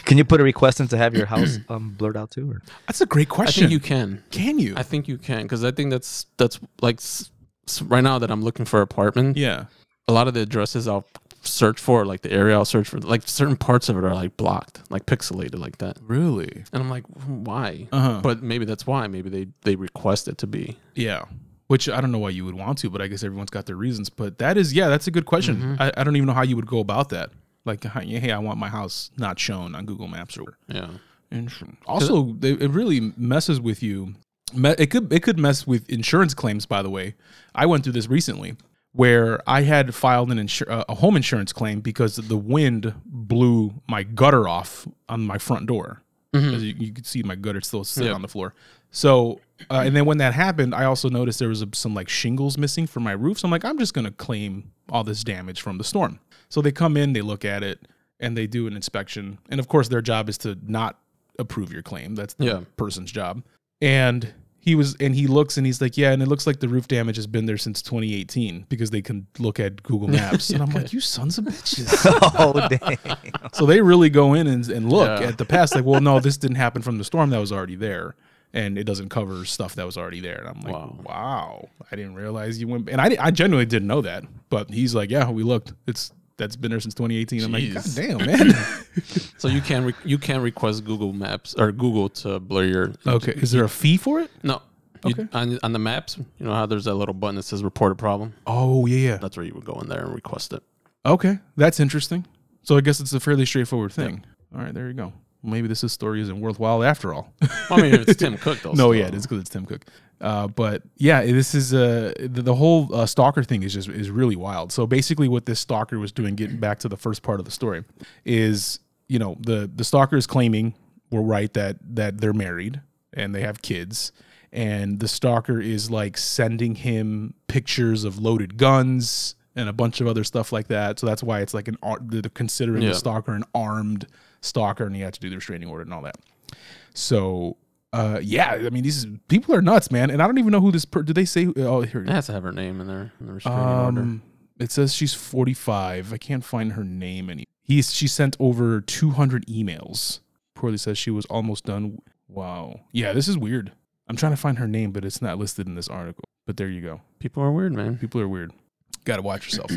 [SPEAKER 3] Can you put a request in to have your house um, blurred out too? Or?
[SPEAKER 2] That's a great
[SPEAKER 4] I
[SPEAKER 2] question.
[SPEAKER 4] think you can.
[SPEAKER 2] can you?
[SPEAKER 4] I think you can cuz I think that's that's like s- s- right now that I'm looking for an apartment,
[SPEAKER 2] yeah.
[SPEAKER 4] a lot of the addresses I'll search for like the area I'll search for like certain parts of it are like blocked, like pixelated like that.
[SPEAKER 2] Really?
[SPEAKER 4] And I'm like, why?
[SPEAKER 2] Uh-huh.
[SPEAKER 4] But maybe that's why. Maybe they they request it to be.
[SPEAKER 2] Yeah. Which I don't know why you would want to, but I guess everyone's got their reasons. But that is, yeah, that's a good question. I, I don't even know how you would go about that. Like, hi- hey, I want my house not shown on Google Maps or.
[SPEAKER 4] Yeah.
[SPEAKER 2] Interesting. Also, they, it really messes with you. Me- It could it could mess with insurance claims. By the way, I went through this recently where I had filed an insur- uh, a home insurance claim because the wind blew my gutter off on my front door. As you, you could see my gutter still sitting
[SPEAKER 4] Yeah.
[SPEAKER 2] on the floor. So, uh, and then when that happened, I also noticed there was a, some like shingles missing from my roof. So I'm like, I'm just gonna claim all this damage from the storm. So they come in, they look at it, and they do an inspection. And of course, their job is to not approve your claim. That's the
[SPEAKER 4] Yeah.
[SPEAKER 2] person's job. And he was, and he looks, and he's like, yeah. And it looks like the roof damage has been there since 2018 because they can look at Google Maps. and I'm like, you sons of bitches.
[SPEAKER 3] oh dang!
[SPEAKER 2] so they really go in and, and look
[SPEAKER 4] Yeah.
[SPEAKER 2] at the past, like, well, no, this didn't happen from the storm that was already there. And it doesn't cover stuff that was already there. And I'm like, wow,
[SPEAKER 4] Wow.
[SPEAKER 2] I didn't realize you went. And I, di- I genuinely didn't know that. But he's like, yeah, we looked. It's that's been there since 2018. I'm like, God
[SPEAKER 4] Jeez.
[SPEAKER 2] damn, man.
[SPEAKER 4] So you can re- you can request Google Maps or Google to blur your
[SPEAKER 2] okay. Is there a fee for it?
[SPEAKER 4] No. You,
[SPEAKER 2] Okay.
[SPEAKER 4] On, on the maps, you know how there's that little button that says report a problem?
[SPEAKER 2] Oh, yeah, yeah.
[SPEAKER 4] That's where you would go in there and request it.
[SPEAKER 2] Okay, that's interesting. So I guess it's a fairly straightforward thing. All right, there you go. Maybe this story isn't worthwhile after all.
[SPEAKER 4] Well, I mean, if it's Tim Cook, though.
[SPEAKER 2] no,
[SPEAKER 4] still.
[SPEAKER 2] yeah, it's because it's Tim Cook. Uh, but yeah, this is uh, the, the whole uh, stalker thing is just is really wild. So basically, what this stalker was doing, getting back to the first part of the story, is you know the the stalker is claiming we're right that that they're married and they have kids, and the stalker is like sending him pictures of loaded guns and a bunch of other stuff like that. So that's why it's like an ar- they're considering
[SPEAKER 4] Yeah.
[SPEAKER 2] the stalker an armed stalker, and he had to do the restraining order and all that. So uh, yeah, I mean these people are nuts, man. And I don't even know who this per- did they say oh here
[SPEAKER 4] It has to have her name in there in the restraining order.
[SPEAKER 2] um, it says she's 45. I can't find her name any. He's she sent over 200 emails. Poorly says she was almost done. Wow. Yeah, this is weird. I'm trying to find her name, but it's not listed in this article. But there you go.
[SPEAKER 4] People are weird, man.
[SPEAKER 2] People are weird. Got to watch yourself.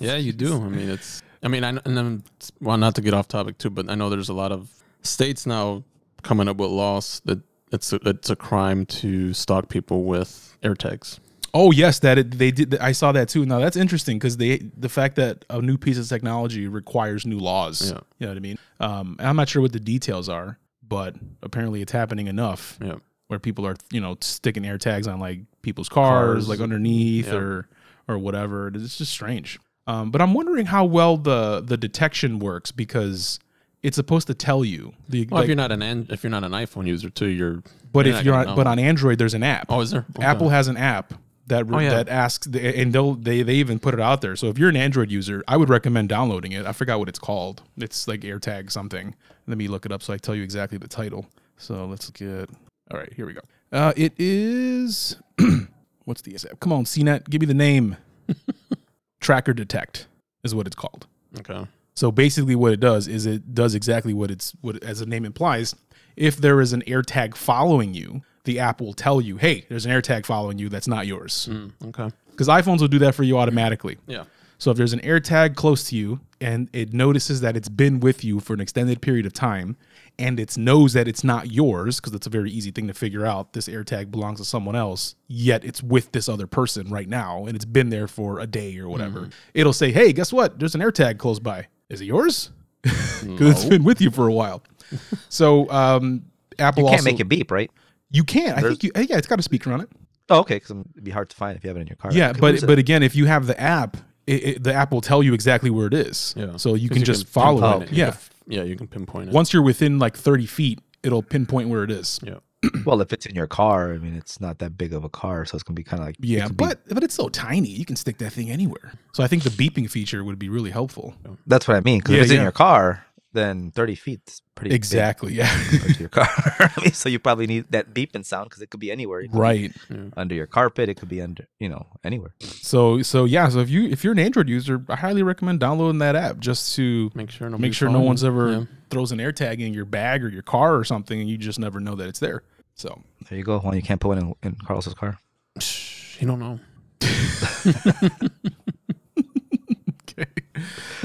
[SPEAKER 4] Yeah, you do. I mean, it's. I mean, I kn- and then well, not to get off topic too, but I know there's a lot of states now coming up with laws that it's a, it's a crime to stalk people with air tags.
[SPEAKER 2] Oh yes, that it, they did. I saw that too. Now that's interesting because they the fact that a new piece of technology requires new laws.
[SPEAKER 4] Yeah.
[SPEAKER 2] You know what I mean? Um, and I'm not sure what the details are, but apparently it's happening enough
[SPEAKER 4] Yeah.
[SPEAKER 2] where people are you know sticking air tags on like people's cars,
[SPEAKER 4] Cars.
[SPEAKER 2] like underneath
[SPEAKER 4] Yeah.
[SPEAKER 2] or or whatever. It's just strange. Um, but I'm wondering how well the the detection works because it's supposed to tell you the
[SPEAKER 4] Well,
[SPEAKER 2] like-
[SPEAKER 4] if you're not an an if you're not an iPhone user too, you're.
[SPEAKER 2] but
[SPEAKER 4] not
[SPEAKER 2] if you're
[SPEAKER 4] gonna
[SPEAKER 2] on,
[SPEAKER 4] know.
[SPEAKER 2] but on Android there's an app.
[SPEAKER 4] Oh, is there? Okay. Oh,
[SPEAKER 2] Apple has an app that
[SPEAKER 4] yeah.
[SPEAKER 2] that asks and they'll they they even put it out there. So if you're an Android user, I would recommend downloading it. I forgot what it's called. It's like AirTag something. Let me look it up so I tell you exactly the title. So let's get All right, here we go. Uh it is what's the app? Come on, CNET, give me the name. Tracker Detect is what it's called.
[SPEAKER 4] Okay.
[SPEAKER 2] So basically, what it does is it does exactly what it's what as the name implies. If there is an AirTag following you, the app will tell you, "Hey, there's an AirTag following you that's not yours."
[SPEAKER 4] Mm, okay.
[SPEAKER 2] Because iPhones will do that for you automatically.
[SPEAKER 4] Yeah.
[SPEAKER 2] So if there's an AirTag close to you and it notices that it's been with you for an extended period of time, and it knows that it's not yours because it's a very easy thing to figure out. This AirTag belongs to someone else, yet it's with this other
[SPEAKER 3] Mm-hmm.
[SPEAKER 2] person right now, and it's been there for a day or whatever. It'll say, "Hey, guess what? There's an AirTag close by." Is it yours? Because it's been with you for a while. So um, Apple
[SPEAKER 3] You
[SPEAKER 2] also
[SPEAKER 3] can't make it beep, right?
[SPEAKER 2] you can. I think you. Yeah, it's got a speaker on it.
[SPEAKER 3] Oh, okay, because it'd be hard to find if you have it in your car.
[SPEAKER 2] Yeah,
[SPEAKER 3] Okay, what
[SPEAKER 2] but
[SPEAKER 3] is it?
[SPEAKER 2] but again, if you have the app, it, it, the app will tell you exactly where it is.
[SPEAKER 4] Yeah.
[SPEAKER 2] So you
[SPEAKER 4] 'Cause
[SPEAKER 2] can
[SPEAKER 4] you
[SPEAKER 2] just
[SPEAKER 4] can
[SPEAKER 2] follow
[SPEAKER 3] pinpoint
[SPEAKER 2] it.
[SPEAKER 3] it.
[SPEAKER 2] Yeah.
[SPEAKER 4] Yeah, you can pinpoint it.
[SPEAKER 2] Once you're within like 30 feet, it'll pinpoint where it is.
[SPEAKER 4] yeah.
[SPEAKER 3] well, if it's in your car, I mean, it's not that big of a car, so it's gonna be kind of like it
[SPEAKER 2] Yeah,
[SPEAKER 3] could be-
[SPEAKER 2] but but it's so tiny, you can stick that thing anywhere. So I think the beeping feature would be really helpful.
[SPEAKER 3] that's what I mean. Because
[SPEAKER 2] Yeah,
[SPEAKER 3] if it's in
[SPEAKER 2] yeah.
[SPEAKER 3] your car, then thirty feet is pretty big
[SPEAKER 2] Exactly. Yeah.
[SPEAKER 3] compared to your car. I mean, so you probably need that beeping sound because it could be anywhere. It could be
[SPEAKER 2] right.
[SPEAKER 3] under your carpet, it could be under you know anywhere.
[SPEAKER 2] So so yeah. So if you if you're an Android user, I highly recommend downloading that app just to
[SPEAKER 4] Make sure
[SPEAKER 2] make
[SPEAKER 4] nobody's
[SPEAKER 2] sure no
[SPEAKER 4] following
[SPEAKER 2] one's
[SPEAKER 4] you.
[SPEAKER 2] ever
[SPEAKER 4] Yeah.
[SPEAKER 2] throws an AirTag in your bag or your car or something, and you just never know that it's there. So
[SPEAKER 3] There you go. Well, you can't put one in, in Carlos's car.
[SPEAKER 4] Shh, You don't know.
[SPEAKER 2] okay.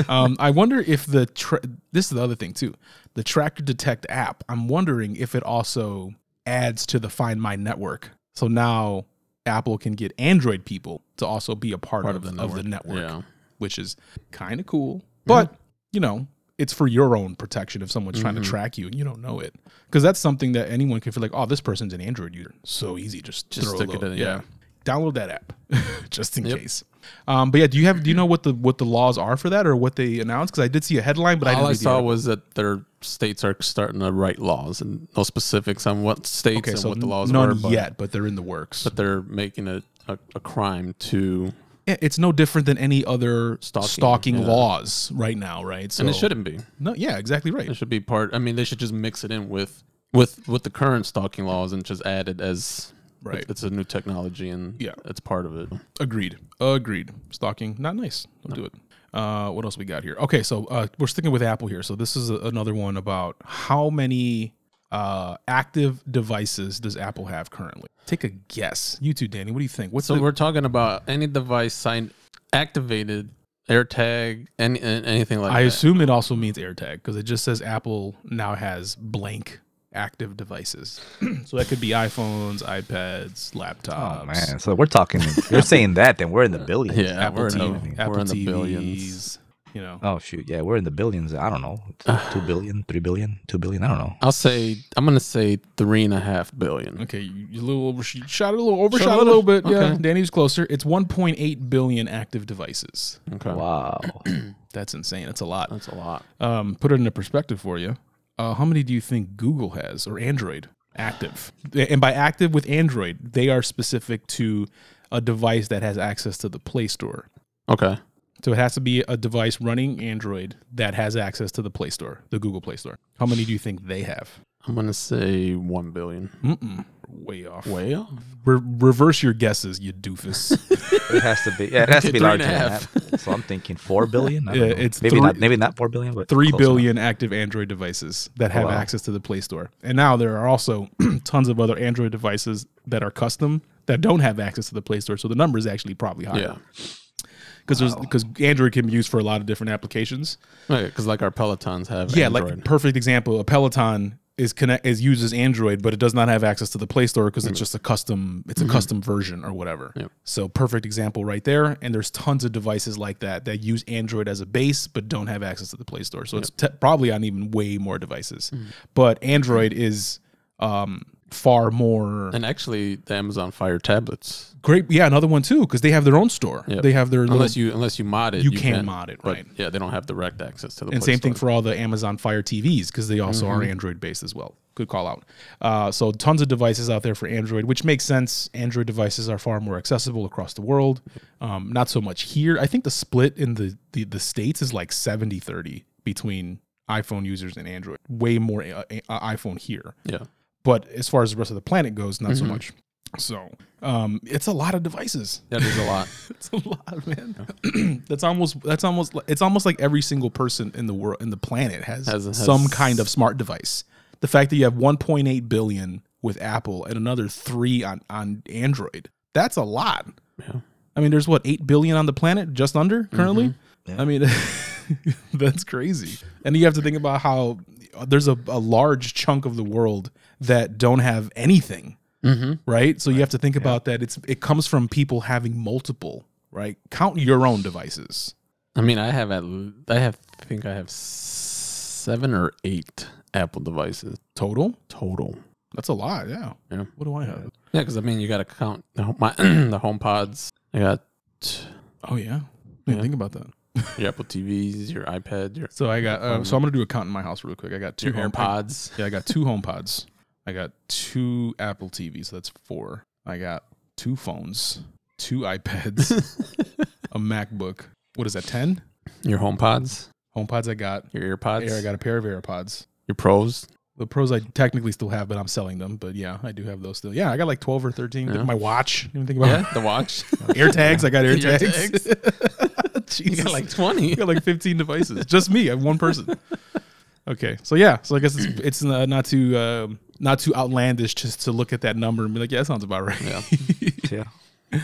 [SPEAKER 2] um, I wonder if the tra- this is the other thing too, the Tractor Detect app. I'm wondering if it also adds to the Find My network. So now Apple can get Android people to also be a part, of, of the network,
[SPEAKER 4] Yeah.
[SPEAKER 2] which is kind of cool.
[SPEAKER 4] Mm-hmm.
[SPEAKER 2] But you know, it's for your own protection if someone's trying to track you and you don't know it, because that's something that anyone can feel like, oh, this person's an Android user. So easy, just
[SPEAKER 4] Just
[SPEAKER 2] throw a
[SPEAKER 4] stick it
[SPEAKER 2] little-
[SPEAKER 4] in, yeah.
[SPEAKER 2] download that app just in
[SPEAKER 4] Yep.
[SPEAKER 2] case. Um, but yeah, do you have do you know what the what the laws are for that or what they announced? Because I did see a headline, but I didn't
[SPEAKER 4] All I
[SPEAKER 2] read the
[SPEAKER 4] saw
[SPEAKER 2] article.
[SPEAKER 4] was that their states are starting to write laws and no specifics on what states
[SPEAKER 2] okay,
[SPEAKER 4] and
[SPEAKER 2] so
[SPEAKER 4] what the laws
[SPEAKER 2] none
[SPEAKER 4] are. But,
[SPEAKER 2] yet, but they're in the works.
[SPEAKER 4] but they're making it a, a crime to,
[SPEAKER 2] Yeah, Eh, it's no different than any other stalking,
[SPEAKER 4] Stalking, yeah.
[SPEAKER 2] laws right now, right? So
[SPEAKER 4] and it shouldn't be.
[SPEAKER 2] No, yeah, exactly right.
[SPEAKER 4] It should be part. I mean, they should just mix it in with with with the current stalking laws and just add it as
[SPEAKER 2] Right.
[SPEAKER 4] It's a new technology and
[SPEAKER 2] Yeah.
[SPEAKER 4] it's part of it.
[SPEAKER 2] Agreed. Agreed. Stalking, not nice. Don't do it. Uh, what else we got here? Okay, so uh, we're sticking with Apple here. So this is a, another one about how many uh, active devices does Apple have currently? Take a guess. You too, Danny. What do you think? What's
[SPEAKER 4] So
[SPEAKER 2] the,
[SPEAKER 4] we're talking about any device signed activated, AirTag, any an- anything like
[SPEAKER 2] I
[SPEAKER 4] that.
[SPEAKER 2] assume it also means AirTag because it just says Apple now has blank active devices. so that could be iPhones, iPads, laptops.
[SPEAKER 3] Oh man, so we're talking. You're saying that, then we're in the billions.
[SPEAKER 4] yeah,
[SPEAKER 2] Apple,
[SPEAKER 4] we're in,
[SPEAKER 2] TV,
[SPEAKER 4] the,
[SPEAKER 2] Apple
[SPEAKER 4] we're in the
[SPEAKER 2] TVs,
[SPEAKER 4] billions.
[SPEAKER 2] You know,
[SPEAKER 3] Oh shoot, yeah, we're in the billions. I don't know, Two- two billion, three billion, two billion. I don't know.
[SPEAKER 4] I'll say I'm gonna say three and a half billion.
[SPEAKER 2] Okay, you, you little overshot shot it a little overshot it a little bit. Yeah,
[SPEAKER 4] Okay.
[SPEAKER 2] Danny's closer. It's 1.8 billion active devices.
[SPEAKER 4] Okay,
[SPEAKER 3] Wow,
[SPEAKER 2] That's insane. That's a lot.
[SPEAKER 4] that's a lot.
[SPEAKER 2] Um, put it into perspective for you. Uh, how many do you think Google has or Android active? And by active with Android, they are specific to a device that has access to the Play Store.
[SPEAKER 4] Okay,
[SPEAKER 2] So it has to be a device running Android that has access to the Play Store, the Google Play Store. How many do you think they have?
[SPEAKER 4] I'm gonna say one billion.
[SPEAKER 2] Mm-mm. Way off.
[SPEAKER 4] Way off.
[SPEAKER 2] Re- reverse your guesses, you doofus.
[SPEAKER 3] it has to be. Yeah, it has to be
[SPEAKER 4] Three
[SPEAKER 3] larger
[SPEAKER 4] and a
[SPEAKER 3] than
[SPEAKER 4] half.
[SPEAKER 3] that. So I'm thinking four billion. I don't
[SPEAKER 2] Yeah,
[SPEAKER 3] know.
[SPEAKER 2] it's
[SPEAKER 3] maybe
[SPEAKER 2] three-
[SPEAKER 3] not. Maybe not four billion, but
[SPEAKER 2] Three
[SPEAKER 3] close enough.
[SPEAKER 2] billion active Android devices that have
[SPEAKER 3] Wow.
[SPEAKER 2] access to the Play Store. And now there are also tons of other Android devices that are custom that don't have access to the Play Store. So the number is actually probably
[SPEAKER 4] Yeah,
[SPEAKER 2] higher because because Android can be used for a lot of different applications.
[SPEAKER 4] because Oh, like our Pelotons have
[SPEAKER 2] Yeah,
[SPEAKER 4] Android.
[SPEAKER 2] like perfect example, a Peloton is connect is uses Android, but it does not have access to the Play Store because it's just a custom it's a custom version or whatever.
[SPEAKER 4] Mm-hmm. Yep.
[SPEAKER 2] So perfect example right there. And there's tons of devices like that that use Android as a base but don't have access to the Play Store. So it's te- probably on even way more devices.
[SPEAKER 4] Mm-hmm.
[SPEAKER 2] But Android is um far more
[SPEAKER 4] and actually the Amazon Fire tablets.
[SPEAKER 2] great. Yeah, another one too because they have their own store.
[SPEAKER 4] Yep.
[SPEAKER 2] They have their little-
[SPEAKER 4] Unless you unless you mod it,
[SPEAKER 2] you can mod it,
[SPEAKER 4] but
[SPEAKER 2] right.
[SPEAKER 4] Yeah, they don't have direct access to the.
[SPEAKER 2] and
[SPEAKER 4] Play
[SPEAKER 2] same thing
[SPEAKER 4] Store.
[SPEAKER 2] for all the Amazon Fire TVs because they also are Android based as well. Good call out. Uh, so tons of devices out there for Android, which makes sense. Android devices are far more accessible across the world. Um, not so much here. I think the split in the the, the states is like 70 30 between iPhone users and Android. Way more uh, uh, iPhone here
[SPEAKER 4] yeah.
[SPEAKER 2] but as far as the rest of the planet goes, not so much. So um, it's a lot of devices.
[SPEAKER 4] That is a lot.
[SPEAKER 2] it's a lot, man. that's almost that's almost li- it's almost like every single person in the world in the planet has,
[SPEAKER 4] Has- has-
[SPEAKER 2] some kind of smart device. The fact that you have 1.8 billion with Apple and another three on on Android, that's a lot.
[SPEAKER 4] Yeah.
[SPEAKER 2] I mean, there's what eight billion on the planet, just under currently.
[SPEAKER 4] Mm-hmm.
[SPEAKER 2] I mean, that's crazy. And you have to think about how there's a, a large chunk of the world that don't have anything, right? So you have to think about that. It's it comes from people having multiple, right? Count your own devices.
[SPEAKER 4] I mean, I have at l- I have I think I have s- seven or eight Apple devices
[SPEAKER 2] Total?
[SPEAKER 4] total.
[SPEAKER 2] That's a lot. Yeah.
[SPEAKER 4] Yeah.
[SPEAKER 2] What do I have?
[SPEAKER 4] Yeah, because I mean, you got to count the home, my, the home pods. I got
[SPEAKER 2] Oh yeah. I didn't
[SPEAKER 4] Yeah.
[SPEAKER 2] Think about that.
[SPEAKER 4] your Apple TVs, your iPad, your
[SPEAKER 2] So I got. Uh, so I'm gonna do a count in my house real quick. I got two
[SPEAKER 4] your home
[SPEAKER 2] AirPods.
[SPEAKER 4] pods.
[SPEAKER 2] Yeah, I got two home pods. I got two Apple TVs. So that's four. I got two phones, two iPads, a MacBook. What is that? Ten
[SPEAKER 4] your home pods,
[SPEAKER 2] home pods. I got.
[SPEAKER 4] your AirPods,
[SPEAKER 2] Air, I got a pair of AirPods.
[SPEAKER 4] your Pros.
[SPEAKER 2] The pros I technically still have, but I'm selling them. But yeah, I do have those still. Yeah, I got like 12 or 13.
[SPEAKER 4] Yeah.
[SPEAKER 2] My watch. Didn't think about
[SPEAKER 4] Yeah, the watch.
[SPEAKER 2] air tags. I got air
[SPEAKER 4] Your
[SPEAKER 2] tags.
[SPEAKER 4] you got like twenty.
[SPEAKER 2] You got like 15 devices. Just me. I'm one person. Okay. So yeah. So I guess it's it's uh, not too um not too outlandish just to look at that number and be like, yeah, that sounds about right.
[SPEAKER 4] Yeah.
[SPEAKER 3] Yeah.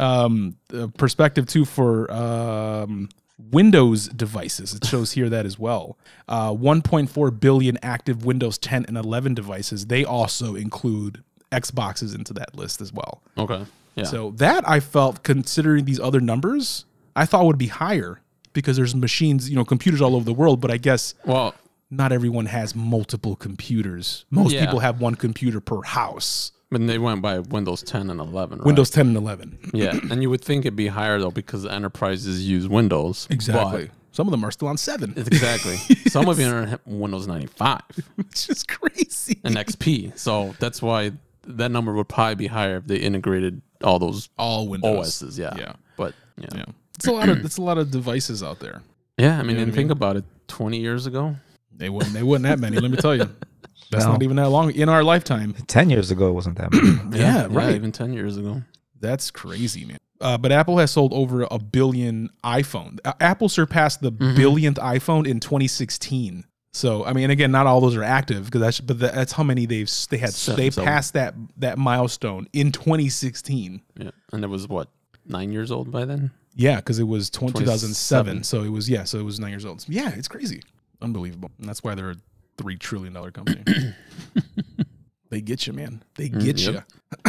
[SPEAKER 2] Um, uh, perspective too for um. Windows devices. It shows here that as well. Uh, 1.4 billion active Windows 10 and 11 devices. They also include Xboxes into that list as well.
[SPEAKER 4] Okay. Yeah.
[SPEAKER 2] So that I felt considering these other numbers, I thought would be higher because there's machines, you know, computers all over the world, but I guess
[SPEAKER 4] well,
[SPEAKER 2] not everyone has multiple computers. Most
[SPEAKER 4] Yeah.
[SPEAKER 2] people have one computer per house.
[SPEAKER 4] but they went by Windows 10 and 11. Right?
[SPEAKER 2] Windows 10 and 11.
[SPEAKER 4] Yeah, and you would think it'd be higher though because enterprises use Windows. but-
[SPEAKER 2] But some of them are still on 7.
[SPEAKER 4] Exactly. Some of you are on Windows 95
[SPEAKER 2] Which is crazy.
[SPEAKER 4] and XP. So that's why that number would probably be higher if they integrated all those
[SPEAKER 2] All Windows.
[SPEAKER 4] OSs. Yeah.
[SPEAKER 2] Yeah.
[SPEAKER 4] But yeah.
[SPEAKER 2] Yeah. It's a lot of it's a lot of devices out there.
[SPEAKER 4] Yeah, I mean, and think about it 20 years ago.
[SPEAKER 2] They wouldn't they wouldn't that many, let me tell you. That's
[SPEAKER 3] No.
[SPEAKER 2] not even that long in our lifetime.
[SPEAKER 3] Ten years ago it wasn't that much.
[SPEAKER 2] Yeah, right.
[SPEAKER 4] even 10 years ago.
[SPEAKER 2] That's crazy, man. Uh, but Apple has sold over a billion iPhone. A- Apple surpassed the billionth iPhone in 2016. So I mean, and again, not all those are active because that's but tha- that's how many they've s- they had
[SPEAKER 4] So-
[SPEAKER 2] they
[SPEAKER 4] so-
[SPEAKER 2] passed that that milestone in 2016.
[SPEAKER 4] Yeah. And it was what, nine years old by then?
[SPEAKER 2] Yeah, because it was 20, 2007.
[SPEAKER 4] 27.
[SPEAKER 2] So it was yeah, so it was nine years old. Yeah, it's crazy, unbelievable. And that's why they're a three trillion dollar company. they get you, man. They get
[SPEAKER 4] Mm, yep.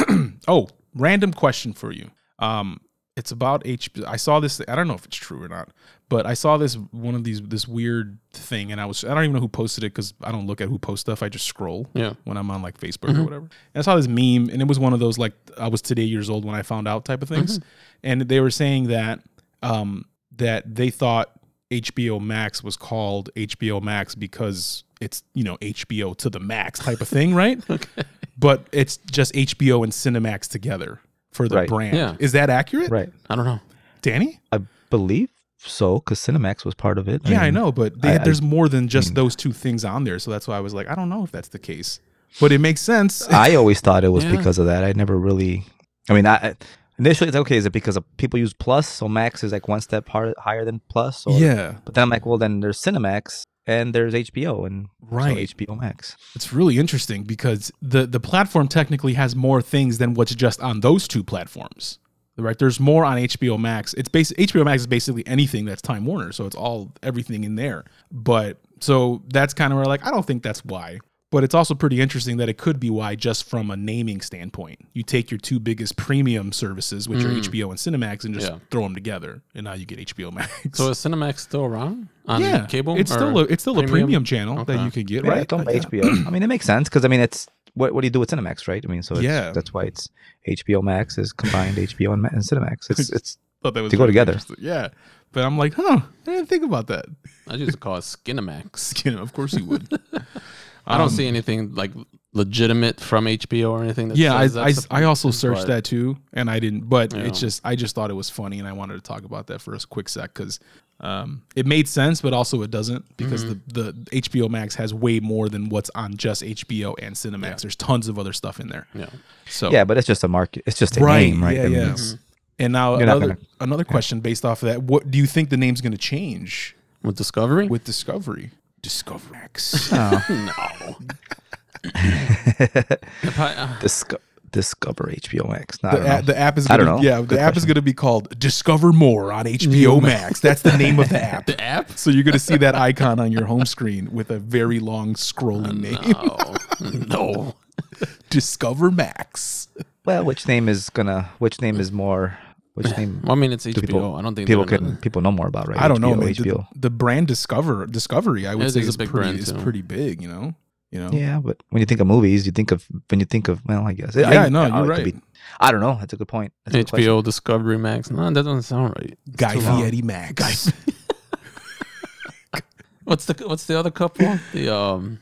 [SPEAKER 2] you. oh, random question for you. Um, it's about HP. I saw this. I don't know if it's true or not, but I saw this one of these this weird thing, and I was I don't even know who posted it because I don't look at who posts stuff. I just scroll
[SPEAKER 4] Yeah. Mm-hmm.
[SPEAKER 2] when I'm on like Facebook or whatever. And I saw this meme, and it was one of those like I was today years old when I found out type of things.
[SPEAKER 4] Mm-hmm.
[SPEAKER 2] And they were saying that um, that they thought HBO Max was called HBO Max because it's you know HBO to the max type of thing, right? But it's just HBO and Cinemax together for the
[SPEAKER 3] Right.
[SPEAKER 2] brand.
[SPEAKER 4] Yeah.
[SPEAKER 2] Is that accurate,
[SPEAKER 3] Right.
[SPEAKER 4] I don't know.
[SPEAKER 2] Danny?
[SPEAKER 3] I believe so, because Cinemax was part of it.
[SPEAKER 2] Yeah, I
[SPEAKER 3] mean,
[SPEAKER 2] know, but they,
[SPEAKER 3] I- I-
[SPEAKER 2] there's more than just those two things on there, so that's why I was like, I don't know if that's the case, but it makes sense.
[SPEAKER 3] I always thought it was
[SPEAKER 4] Yeah.
[SPEAKER 3] because of that. I never really. I mean, I I- initially it's like, okay. Is it because of people use Plus, so Max is like one step har- higher than Plus? Or,
[SPEAKER 2] yeah,
[SPEAKER 3] But then I'm like, well, then there's Cinemax and there's HBO and so
[SPEAKER 2] Right.
[SPEAKER 3] HBO Max.
[SPEAKER 2] It's really interesting because the the platform technically has more things than what's just on those two platforms. Right? There's more on HBO Max. It's basi- HBO Max is basically anything that's Time Warner, so it's all everything in there. But so that's kind of where like I don't think that's why. But it's also pretty interesting that it could be why just from a naming standpoint. You take your two biggest premium services, which are HBO and Cinemax and just
[SPEAKER 4] Mm. Yeah.
[SPEAKER 2] throw them together and now you get HBO Max.
[SPEAKER 4] So is Cinemax still around on
[SPEAKER 2] yeah,
[SPEAKER 4] cable?
[SPEAKER 2] It's still a,
[SPEAKER 4] or
[SPEAKER 2] it's still a premium channel that
[SPEAKER 4] Okay.
[SPEAKER 2] you can get,
[SPEAKER 3] Yeah,
[SPEAKER 2] right?
[SPEAKER 3] it's owned by
[SPEAKER 2] Yeah.
[SPEAKER 3] HBO. I mean, it makes sense because I mean, it's what what do you do with Cinemax, right? I mean, so it's,
[SPEAKER 2] Yeah.
[SPEAKER 3] that's why it's HBO Max is combined HBO and, Ma- and Cinemax. It's it's
[SPEAKER 2] thought that was
[SPEAKER 3] They go
[SPEAKER 2] really
[SPEAKER 3] together.
[SPEAKER 2] interesting. Yeah, but I'm like, huh? I didn't think about that.
[SPEAKER 4] I just call it Skinemax.
[SPEAKER 2] You know, of course you would.
[SPEAKER 4] I
[SPEAKER 2] um,
[SPEAKER 4] don't see anything like legitimate from HBO or anything. That
[SPEAKER 2] yeah, I,
[SPEAKER 4] says
[SPEAKER 2] I,
[SPEAKER 4] that's a-
[SPEAKER 2] I also searched
[SPEAKER 4] but-
[SPEAKER 2] that too, and I didn't. But it's
[SPEAKER 4] Yeah.
[SPEAKER 2] just I just thought it was funny, and I wanted to talk about that for a quick sec because um, it made sense, but also it doesn't because
[SPEAKER 4] Mm-hmm.
[SPEAKER 2] the the HBO Max has way more than what's on just HBO and Cinemax. There's tons of other stuff in there.
[SPEAKER 4] Yeah.
[SPEAKER 2] So
[SPEAKER 3] yeah, but it's just a market. It's just a name, right?
[SPEAKER 2] Yeah,
[SPEAKER 3] I mean,
[SPEAKER 2] yeah. Mm-hmm.
[SPEAKER 3] it's-
[SPEAKER 2] And now
[SPEAKER 3] You're not
[SPEAKER 2] another,
[SPEAKER 3] gonna-
[SPEAKER 2] another question based off of that: What do you think the name's going to change
[SPEAKER 4] With Discovery?
[SPEAKER 2] with Discovery? Discovery Max.
[SPEAKER 4] no. If I- uh,
[SPEAKER 3] Disco- Discover HBO Max. No, I
[SPEAKER 2] The,
[SPEAKER 3] don't know.
[SPEAKER 2] app, the app is
[SPEAKER 3] I
[SPEAKER 2] gonna,
[SPEAKER 3] don't know.
[SPEAKER 2] yeah. the
[SPEAKER 3] Good
[SPEAKER 2] app is going to be called Discover More on HBO Max. That's the name of the app. the app. So you're going to see that icon on your home screen with a very long scrolling name,
[SPEAKER 4] oh, no.
[SPEAKER 2] Discover Max.
[SPEAKER 3] Well, which name is gonna? Which name is more Which name
[SPEAKER 4] Well, I mean, it's HBO.
[SPEAKER 3] do people
[SPEAKER 4] I don't think
[SPEAKER 3] people
[SPEAKER 4] they're
[SPEAKER 3] can
[SPEAKER 4] gonna-
[SPEAKER 3] people know more about, right?
[SPEAKER 2] I don't know,
[SPEAKER 3] HBO,
[SPEAKER 2] man. The,
[SPEAKER 3] HBO.
[SPEAKER 2] the brand discover discovery, I would
[SPEAKER 4] It
[SPEAKER 2] say,
[SPEAKER 4] is a
[SPEAKER 2] is
[SPEAKER 4] big
[SPEAKER 2] pretty
[SPEAKER 4] brand,
[SPEAKER 2] is
[SPEAKER 4] too.
[SPEAKER 2] pretty big. You know, you know.
[SPEAKER 3] Yeah, but when you think of movies, you think of when you think of well, I guess.
[SPEAKER 2] Yeah, no,
[SPEAKER 3] it
[SPEAKER 2] you're
[SPEAKER 3] could
[SPEAKER 2] right.
[SPEAKER 3] I don't know. That's a good point. That's a good question.
[SPEAKER 4] HBO Discovery Max. No, that doesn't sound right. It's
[SPEAKER 2] Guy
[SPEAKER 4] too long.
[SPEAKER 2] Fieri Max.
[SPEAKER 4] What's the What's the other couple? The um,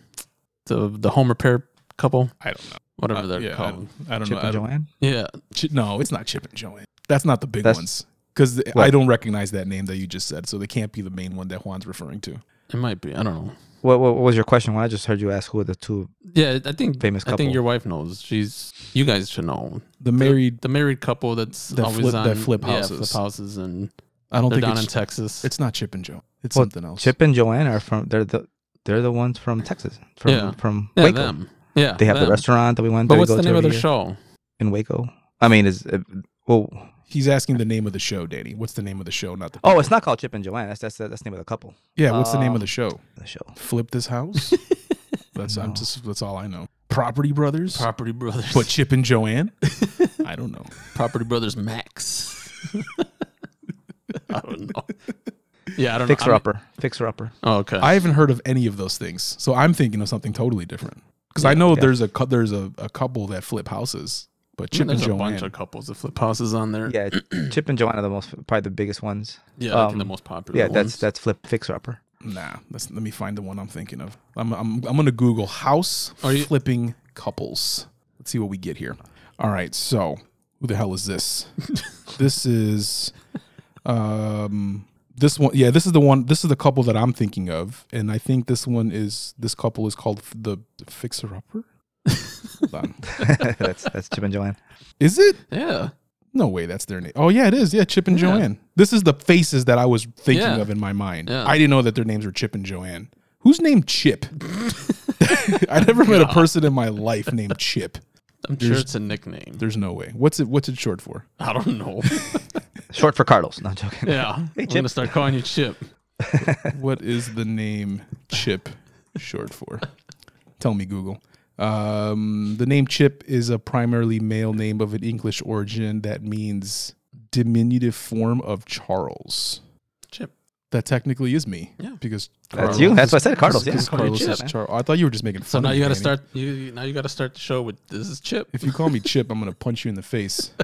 [SPEAKER 4] the the home repair couple,
[SPEAKER 2] I don't know.
[SPEAKER 4] whatever
[SPEAKER 2] Uh,
[SPEAKER 4] they're
[SPEAKER 2] yeah, I
[SPEAKER 4] called.
[SPEAKER 2] don't, I don't
[SPEAKER 3] Chip
[SPEAKER 2] know. I
[SPEAKER 3] and
[SPEAKER 2] don't-
[SPEAKER 3] Joanne.
[SPEAKER 4] Yeah,
[SPEAKER 2] Chi- no, it's not Chip and Joanne. That's not the big
[SPEAKER 3] That's-
[SPEAKER 2] ones because I
[SPEAKER 3] What?
[SPEAKER 2] don't recognize that name that you just said. So they can't be the main one that Juan's referring to.
[SPEAKER 4] it might be. I don't know.
[SPEAKER 3] What, what, what was your question? When I just heard you ask who are the two
[SPEAKER 4] Yeah, I think
[SPEAKER 3] Famous
[SPEAKER 4] I think
[SPEAKER 3] couple.
[SPEAKER 4] your wife knows. She's you guys should know
[SPEAKER 2] The married.
[SPEAKER 4] the married couple that's
[SPEAKER 2] That
[SPEAKER 4] always
[SPEAKER 2] flip-
[SPEAKER 4] on
[SPEAKER 2] that flip
[SPEAKER 4] yeah,
[SPEAKER 2] houses.
[SPEAKER 4] flip houses, and
[SPEAKER 2] I don't
[SPEAKER 4] they're
[SPEAKER 2] think
[SPEAKER 4] down
[SPEAKER 2] it's,
[SPEAKER 4] in Texas.
[SPEAKER 2] it's not Chip and Joanne. It's
[SPEAKER 3] Well,
[SPEAKER 2] something else.
[SPEAKER 3] Chip and Joanne are from they're the they're the ones from Texas. From
[SPEAKER 4] Yeah.
[SPEAKER 3] from
[SPEAKER 4] yeah,
[SPEAKER 3] Waco.
[SPEAKER 4] them. Yeah,
[SPEAKER 3] They have the
[SPEAKER 4] them.
[SPEAKER 3] restaurant that we went
[SPEAKER 4] But
[SPEAKER 3] to
[SPEAKER 4] what's
[SPEAKER 3] go
[SPEAKER 4] the
[SPEAKER 3] to
[SPEAKER 4] name of
[SPEAKER 3] every
[SPEAKER 4] the
[SPEAKER 3] year
[SPEAKER 4] show?
[SPEAKER 3] in Waco. I mean, is it, well,
[SPEAKER 2] He's asking the name of the show, Danny. What's the name of the show? Not the.
[SPEAKER 3] oh, it's not called Chip and Joanne. That's that's that's the name of the couple.
[SPEAKER 2] Yeah. What's the name of
[SPEAKER 4] Uh.
[SPEAKER 3] um,
[SPEAKER 2] the show?
[SPEAKER 3] The show.
[SPEAKER 2] Flip this house. that's I'm
[SPEAKER 3] No.
[SPEAKER 2] just that's all I know. Property Brothers.
[SPEAKER 4] Property Brothers.
[SPEAKER 2] but Chip and Joanne. I don't know.
[SPEAKER 4] Property Brothers Max. I don't know. Yeah, I don't
[SPEAKER 3] Fixer
[SPEAKER 4] know. I mean-
[SPEAKER 3] Upper. Fixer Upper.
[SPEAKER 4] Oh, okay.
[SPEAKER 2] I haven't heard of any of those things, so I'm thinking of something totally different. Because I know
[SPEAKER 3] okay.
[SPEAKER 2] there's a cou- there's a, a couple that flip houses, but Chip
[SPEAKER 4] there's
[SPEAKER 2] and
[SPEAKER 4] a bunch
[SPEAKER 2] Joanne.
[SPEAKER 4] of couples that flip houses on there.
[SPEAKER 3] Yeah, Chip and Joanne are the most probably the biggest ones.
[SPEAKER 4] yeah, I think
[SPEAKER 3] um,
[SPEAKER 4] the most popular.
[SPEAKER 3] Yeah, that's
[SPEAKER 4] ones.
[SPEAKER 3] that's Flip Fixer Upper.
[SPEAKER 2] Nah, let's, let me find the one I'm thinking of. I'm I'm, I'm gonna Google house
[SPEAKER 4] Are you-
[SPEAKER 2] flipping couples. Let's see what we get here. All right, so who the hell is this? this is, um, this one. Yeah, this is the one. This is the couple that I'm thinking of, and I think this one is this couple is called f- the Fixer Upper. Hold on.
[SPEAKER 3] that's that's Chip and Joanne.
[SPEAKER 2] Is it?
[SPEAKER 4] yeah.
[SPEAKER 2] No way, that's their name. Oh yeah, it is. Yeah, Chip and
[SPEAKER 4] Yeah.
[SPEAKER 2] Joanne. This is the faces that I was thinking
[SPEAKER 4] Yeah.
[SPEAKER 2] of in my mind.
[SPEAKER 4] Yeah.
[SPEAKER 2] I didn't know that their names were Chip and Joanne. Who's named Chip? I never met a person in my life named Chip.
[SPEAKER 4] I'm sure
[SPEAKER 2] There's-
[SPEAKER 4] it's a nickname.
[SPEAKER 2] There's no way. What's it? What's it short for?
[SPEAKER 4] I don't know.
[SPEAKER 3] Short for Carlos. Not joking.
[SPEAKER 4] yeah, I'm
[SPEAKER 3] Chip.
[SPEAKER 4] gonna start calling you Chip.
[SPEAKER 2] What is the name Chip short for? Tell me, Google. Um, the name Chip is a primarily male name of an English origin that means diminutive form of Charles.
[SPEAKER 4] Chip.
[SPEAKER 2] That technically is me.
[SPEAKER 4] Yeah.
[SPEAKER 2] Because
[SPEAKER 3] That's you. That's what I said. Carlos. Yeah.
[SPEAKER 2] Because
[SPEAKER 4] Call you
[SPEAKER 2] Carlos
[SPEAKER 4] Chip,
[SPEAKER 2] is
[SPEAKER 4] man.
[SPEAKER 2] Char- I thought you were just making fun.
[SPEAKER 4] So now
[SPEAKER 2] of
[SPEAKER 4] you
[SPEAKER 2] me,
[SPEAKER 4] gotta
[SPEAKER 2] Danny.
[SPEAKER 4] start. You you- now you gotta start the show with this is Chip.
[SPEAKER 2] If you call me Chip, I'm gonna punch you in the face.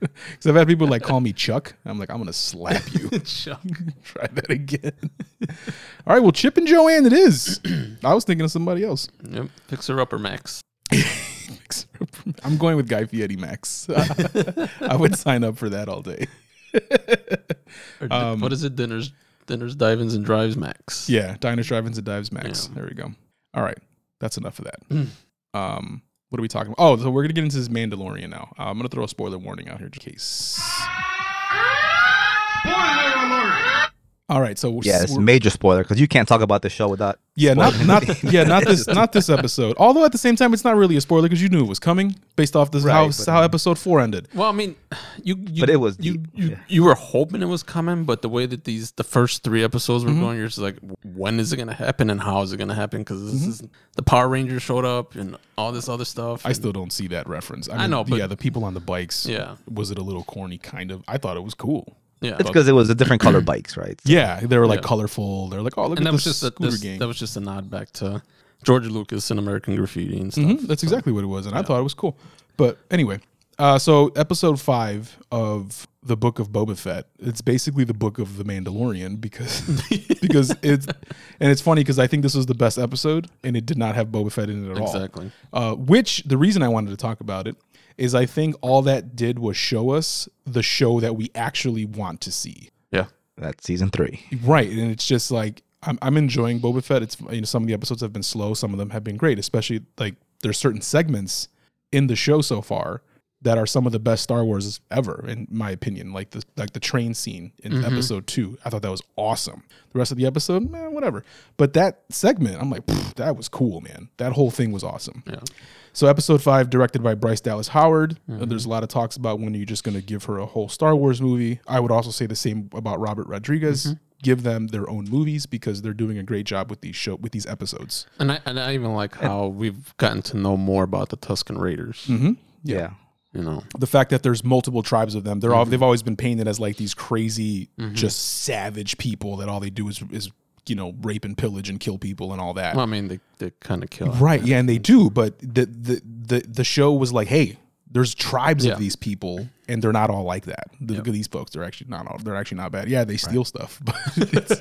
[SPEAKER 2] Because I've had people like call me Chuck. I'm like, I'm gonna slap you.
[SPEAKER 4] Chuck.
[SPEAKER 2] Try that again. All right. Well, Chip and Joanne, it is. I was thinking of somebody else.
[SPEAKER 4] Yep. Fixer Upper Max.
[SPEAKER 2] I'm going with Guy Fieri Max. I would sign up for that all day.
[SPEAKER 4] Or di-
[SPEAKER 2] Um,
[SPEAKER 4] what is it? Dinners, dinners, dive-ins, and drives Max.
[SPEAKER 2] Yeah, diners, drive-ins, and dives, Max.
[SPEAKER 4] Yeah. Mm.
[SPEAKER 2] There we go. All right, that's enough of that. um, what are we talking about? Oh, so we're gonna get into this Mandalorian now. Uh, I'm gonna throw a spoiler warning out here, just in case. All right, so
[SPEAKER 3] Yeah, it's a
[SPEAKER 2] we're-
[SPEAKER 3] major spoiler because you can't talk about the show without.
[SPEAKER 2] yeah, not not yeah, not this not this episode. Although at the same time, it's not really a spoiler because you knew it was coming based off this how
[SPEAKER 3] Right, but-
[SPEAKER 2] how episode four ended.
[SPEAKER 4] Well, I mean, you, you
[SPEAKER 3] But it was
[SPEAKER 4] you
[SPEAKER 3] deep,
[SPEAKER 4] you,
[SPEAKER 3] yeah.
[SPEAKER 4] you were hoping it was coming, but the way that these the first three episodes were going, you're just like, when is it going to happen and how is it going to happen? Because this is the Power Rangers showed up and all this other stuff.
[SPEAKER 2] I
[SPEAKER 4] and-
[SPEAKER 2] still don't see that reference. I, mean,
[SPEAKER 4] know, but-
[SPEAKER 2] yeah, the people on the bikes.
[SPEAKER 4] Yeah.
[SPEAKER 2] was it a little corny? Kind of. I thought it was cool.
[SPEAKER 4] yeah,
[SPEAKER 3] It's because it was a different color bikes, right?
[SPEAKER 2] Yeah, they were like
[SPEAKER 4] Yeah.
[SPEAKER 2] colorful. They're like, oh, look
[SPEAKER 4] and
[SPEAKER 2] at
[SPEAKER 4] that was
[SPEAKER 2] this
[SPEAKER 4] just a,
[SPEAKER 2] scooter
[SPEAKER 4] this-
[SPEAKER 2] gang.
[SPEAKER 4] that was just a nod back to George Lucas and American Graffiti and stuff.
[SPEAKER 2] Mhm, that's exactly what it was, and I thought it was cool. But anyway, uh, so episode five of the book of Boba Fett. It's basically the book of the Mandalorian because because it's and it's funny because I think this was the best episode, and it did not have Boba Fett in it at all.
[SPEAKER 4] Exactly.
[SPEAKER 2] Uh, which the reason I wanted to talk about it is I think all that did was show us the show that we actually want to see.
[SPEAKER 4] Yeah,
[SPEAKER 3] That's season three.
[SPEAKER 2] Right, and it's just like I'm, I'm enjoying Boba Fett. It's you know some of the episodes have been slow, some of them have been great. Especially like there's certain segments in the show so far that are some of the best Star Wars ever, in my opinion. Like the like the train scene in episode two, I thought that was awesome. The rest of the episode, eh, whatever. But that segment, I'm like, "Pfft, that was cool, man. That whole thing was awesome.
[SPEAKER 4] Yeah.
[SPEAKER 2] So episode five, directed by Bryce Dallas Howard. Uh, There's a lot of talks about when you're just going to give her a whole Star Wars movie. I would also say the same about Robert Rodriguez. Give them their own movies because they're doing a great job with these show with these episodes.
[SPEAKER 4] Mm-hmm. and I and I even like how we've gotten to know more about the Tuscan Raiders.
[SPEAKER 3] Yeah.
[SPEAKER 4] you know.
[SPEAKER 2] the fact that there's multiple tribes of them. They're all they've always been painted as like these crazy, just savage people that all they do is is you know rape and pillage and kill people and all that.
[SPEAKER 4] Well, I mean, they they kind of kill.
[SPEAKER 2] right? Yeah, and they do. But the the the the show was like, hey, there's tribes
[SPEAKER 4] Yeah.
[SPEAKER 2] of these people, and they're not all like that. The, These folks are actually not all. They're actually not bad. Yeah, they steal stuff, but it's,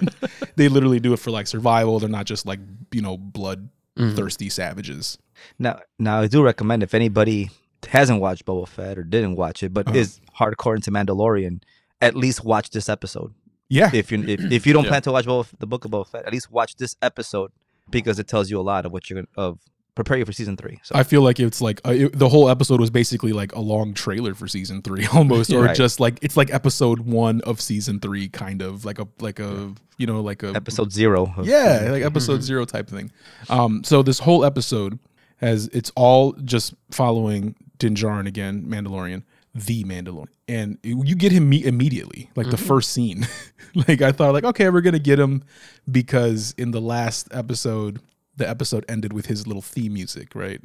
[SPEAKER 2] they literally do it for like survival. They're not just like you know blood thirsty savages.
[SPEAKER 3] Now, now I do recommend if anybody hasn't watched Boba Fett or didn't watch it, but is hardcore into Mandalorian, at least watch this episode.
[SPEAKER 2] Yeah,
[SPEAKER 3] If you if, if you don't
[SPEAKER 4] Yeah.
[SPEAKER 3] plan to watch Boba, the book of Boba Fett, at least watch this episode because it tells you a lot of what you're gonna of prepare you for season three. So
[SPEAKER 2] I feel like it's like uh, it, the whole episode was basically like a long trailer for season three, almost, or
[SPEAKER 3] Right.
[SPEAKER 2] just like it's like episode one of season three, kind of like a like a you know like a
[SPEAKER 3] episode zero. of-
[SPEAKER 2] Um, yeah, like episode
[SPEAKER 4] Mm-hmm.
[SPEAKER 2] zero type thing. Um, so this whole episode has it's all just following Dinjarin again, Mandalorian, the Mandalorian, and you get him meet immediately, like
[SPEAKER 4] Mm-hmm.
[SPEAKER 2] the first scene. like I thought, like okay, we're gonna get him because in the last episode, the episode ended with his little theme music, right?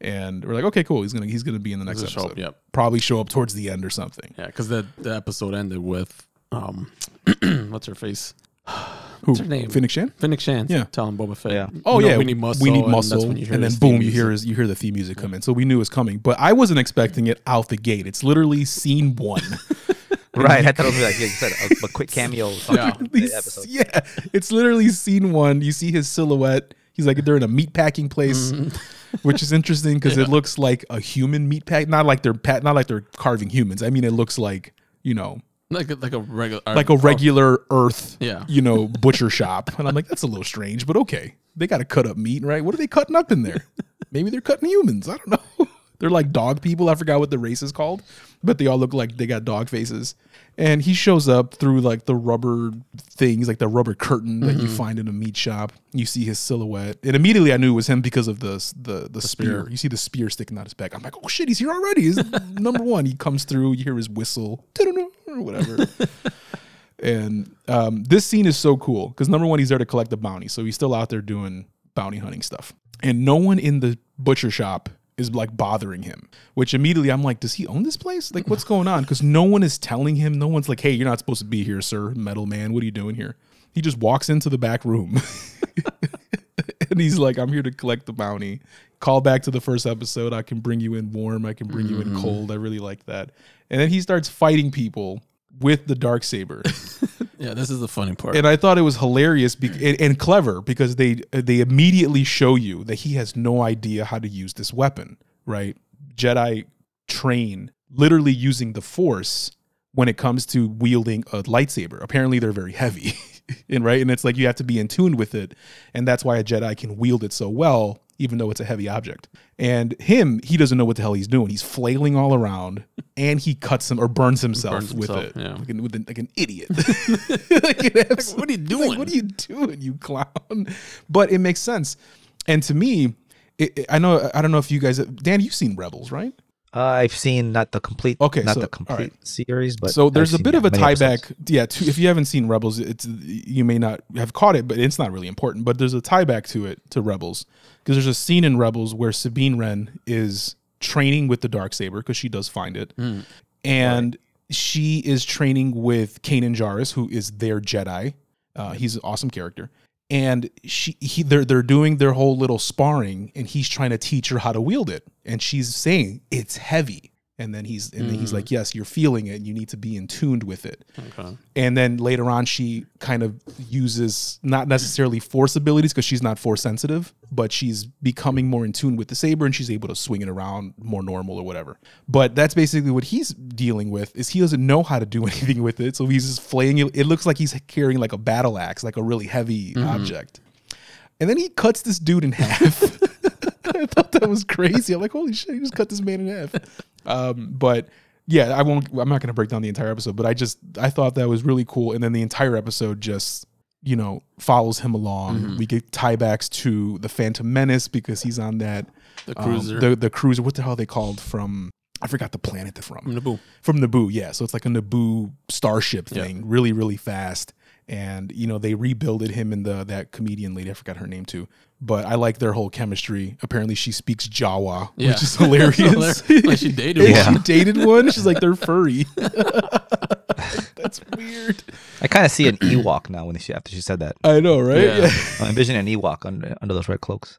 [SPEAKER 2] And we're like, okay, cool, he's gonna he's gonna be in the next
[SPEAKER 4] He'll Mm-hmm. show
[SPEAKER 2] episode,
[SPEAKER 4] up, yep.
[SPEAKER 2] probably show up towards the end or something.
[SPEAKER 4] Yeah, because the the episode ended with um, what's her face?
[SPEAKER 2] Who?
[SPEAKER 4] her name?
[SPEAKER 2] Phoenix Shan.
[SPEAKER 4] Phoenix Shan.
[SPEAKER 2] Yeah.
[SPEAKER 4] telling Boba Fett.
[SPEAKER 3] Yeah.
[SPEAKER 2] Oh
[SPEAKER 4] you know,
[SPEAKER 2] yeah,
[SPEAKER 4] we need muscle.
[SPEAKER 2] We need
[SPEAKER 4] and that's
[SPEAKER 2] muscle, and,
[SPEAKER 4] when you hear
[SPEAKER 2] then
[SPEAKER 4] his
[SPEAKER 2] boom,
[SPEAKER 4] theme
[SPEAKER 2] you hear
[SPEAKER 4] music.
[SPEAKER 2] his, you hear the theme music come in. So we knew it was coming, but I wasn't expecting it out the gate. It's literally scene one.
[SPEAKER 3] right. I thought it was like yeah, you said a, a quick cameo.
[SPEAKER 4] Yeah.
[SPEAKER 3] Yeah.
[SPEAKER 2] Literally,
[SPEAKER 3] episode.
[SPEAKER 2] yeah, it's literally scene one. You see his silhouette. He's like they're in a meat packing place,
[SPEAKER 4] Mm-hmm.
[SPEAKER 2] which is interesting because it looks like a human meat pack. Not like they're pat. Not like they're carving humans. I mean, it looks like you know,
[SPEAKER 4] like a, like a regular uh,
[SPEAKER 2] like a regular Earth,
[SPEAKER 4] Yeah.
[SPEAKER 2] you know, butcher shop. And I'm like, that's a little strange, but okay. They got to cut up meat, right? What are they cutting up in there? Maybe they're cutting humans. I don't know. They're like dog people. I forgot what the race is called, but they all look like they got dog faces. And he shows up through like the rubber things, like the rubber curtain that you find in a meat shop. You see his silhouette, and immediately I knew it was him because of the s- the the, spear. You see the spear sticking out his back. I'm like, oh shit, he's here already. He's number one. He comes through. You hear his whistle, or whatever. And um, this scene is so cool because number one, he's there to collect the bounty, so he's still out there doing bounty hunting stuff, and no one in the butcher shop is like bothering him. Which immediately I'm like, does he own this place? Like, what's going on? Because no one is telling him. No one's like, hey, you're not supposed to be here, sir, metal man. What are you doing here? He just walks into the back room. and he's like, I'm here to collect the bounty. Call back to the first episode. I can bring you in warm. I can bring you in cold. I really like that. And then he starts fighting people with the dark saber,
[SPEAKER 4] oh, yeah. This is the funny part.
[SPEAKER 2] and I thought it was hilarious bec and, and clever because they they immediately show you that he has no idea how to use this weapon. Right? Jedi train literally using the Force when it comes to wielding a lightsaber. Apparently, they're very heavy, and right, and it's like you have to be in tune with it, and that's why a Jedi can wield it so well, even though it's a heavy object. And him, he doesn't know what the hell he's doing. He's flailing all around, and he cuts him or burns himself
[SPEAKER 4] Burns
[SPEAKER 2] with
[SPEAKER 4] himself,
[SPEAKER 2] it,
[SPEAKER 4] yeah.
[SPEAKER 2] like, an, with an, like an idiot. Like, an absolute-
[SPEAKER 4] what are
[SPEAKER 2] it's
[SPEAKER 4] you
[SPEAKER 2] like,
[SPEAKER 4] doing?
[SPEAKER 2] what are you doing, you clown? But it makes sense, and to me. It, it- I know. I don't know if you guys, Dan. You've seen Rebels, right?
[SPEAKER 3] Uh, I've seen not the complete.
[SPEAKER 2] Okay,
[SPEAKER 3] Not
[SPEAKER 2] so-
[SPEAKER 3] the
[SPEAKER 2] all
[SPEAKER 3] complete
[SPEAKER 2] right.
[SPEAKER 3] series, but
[SPEAKER 2] so
[SPEAKER 3] I've
[SPEAKER 2] there's a
[SPEAKER 3] seen
[SPEAKER 2] bit of a
[SPEAKER 3] many
[SPEAKER 2] tie
[SPEAKER 3] episodes.
[SPEAKER 2] back yeah to, if you haven't seen rebels it's you may not have caught it but it's not really important but there's a tie back to it to rebels because there's a scene in rebels where sabine wren is training with the dark saber because she does find it
[SPEAKER 3] Hmm.
[SPEAKER 2] and she is training with kanan jarrus who is their jedi uh, he's an awesome character and she he they're they're doing their whole little sparring and he's trying to teach her how to wield it and she's saying it's heavy and then he's and then he's like yes you're feeling it you need to be in tuned with it
[SPEAKER 4] Okay.
[SPEAKER 2] and then later on she kind of uses not necessarily force abilities because she's not force sensitive but she's becoming more in tune with the saber and she's able to swing it around more normal or whatever but that's basically what he's dealing with is he doesn't know how to do anything with it so he's just flaying it it looks like he's carrying like a battle axe like a really heavy object and then he cuts this dude in half I thought that was crazy. I'm like, holy shit, he just cut this man in half. Um, but yeah, I won't. I'm not going to break down the entire episode, but I just I thought that was really cool. And then the entire episode just you know follows him along.
[SPEAKER 4] Mm-hmm.
[SPEAKER 2] We get tiebacks to the Phantom Menace because he's on that
[SPEAKER 4] The
[SPEAKER 2] um,
[SPEAKER 4] cruiser.
[SPEAKER 2] the the cruiser. What the hell are they called from? I forgot the planet they're from
[SPEAKER 4] Naboo.
[SPEAKER 2] from Naboo, yeah. So it's like a Naboo starship thing, really, really fast. and you know they rebuilded him in the that comedian lady. I forgot her name too, but I like their whole chemistry. Apparently, she speaks Jawa,
[SPEAKER 4] Yeah.
[SPEAKER 2] which is hilarious.
[SPEAKER 4] like she dated
[SPEAKER 2] Yeah.
[SPEAKER 4] one.
[SPEAKER 2] She dated one. She's like they're furry. That's weird.
[SPEAKER 3] I kind of see an Ewok now when she after she said that.
[SPEAKER 2] I know, right?
[SPEAKER 4] Yeah.
[SPEAKER 3] I envision an Ewok under, under those red cloaks.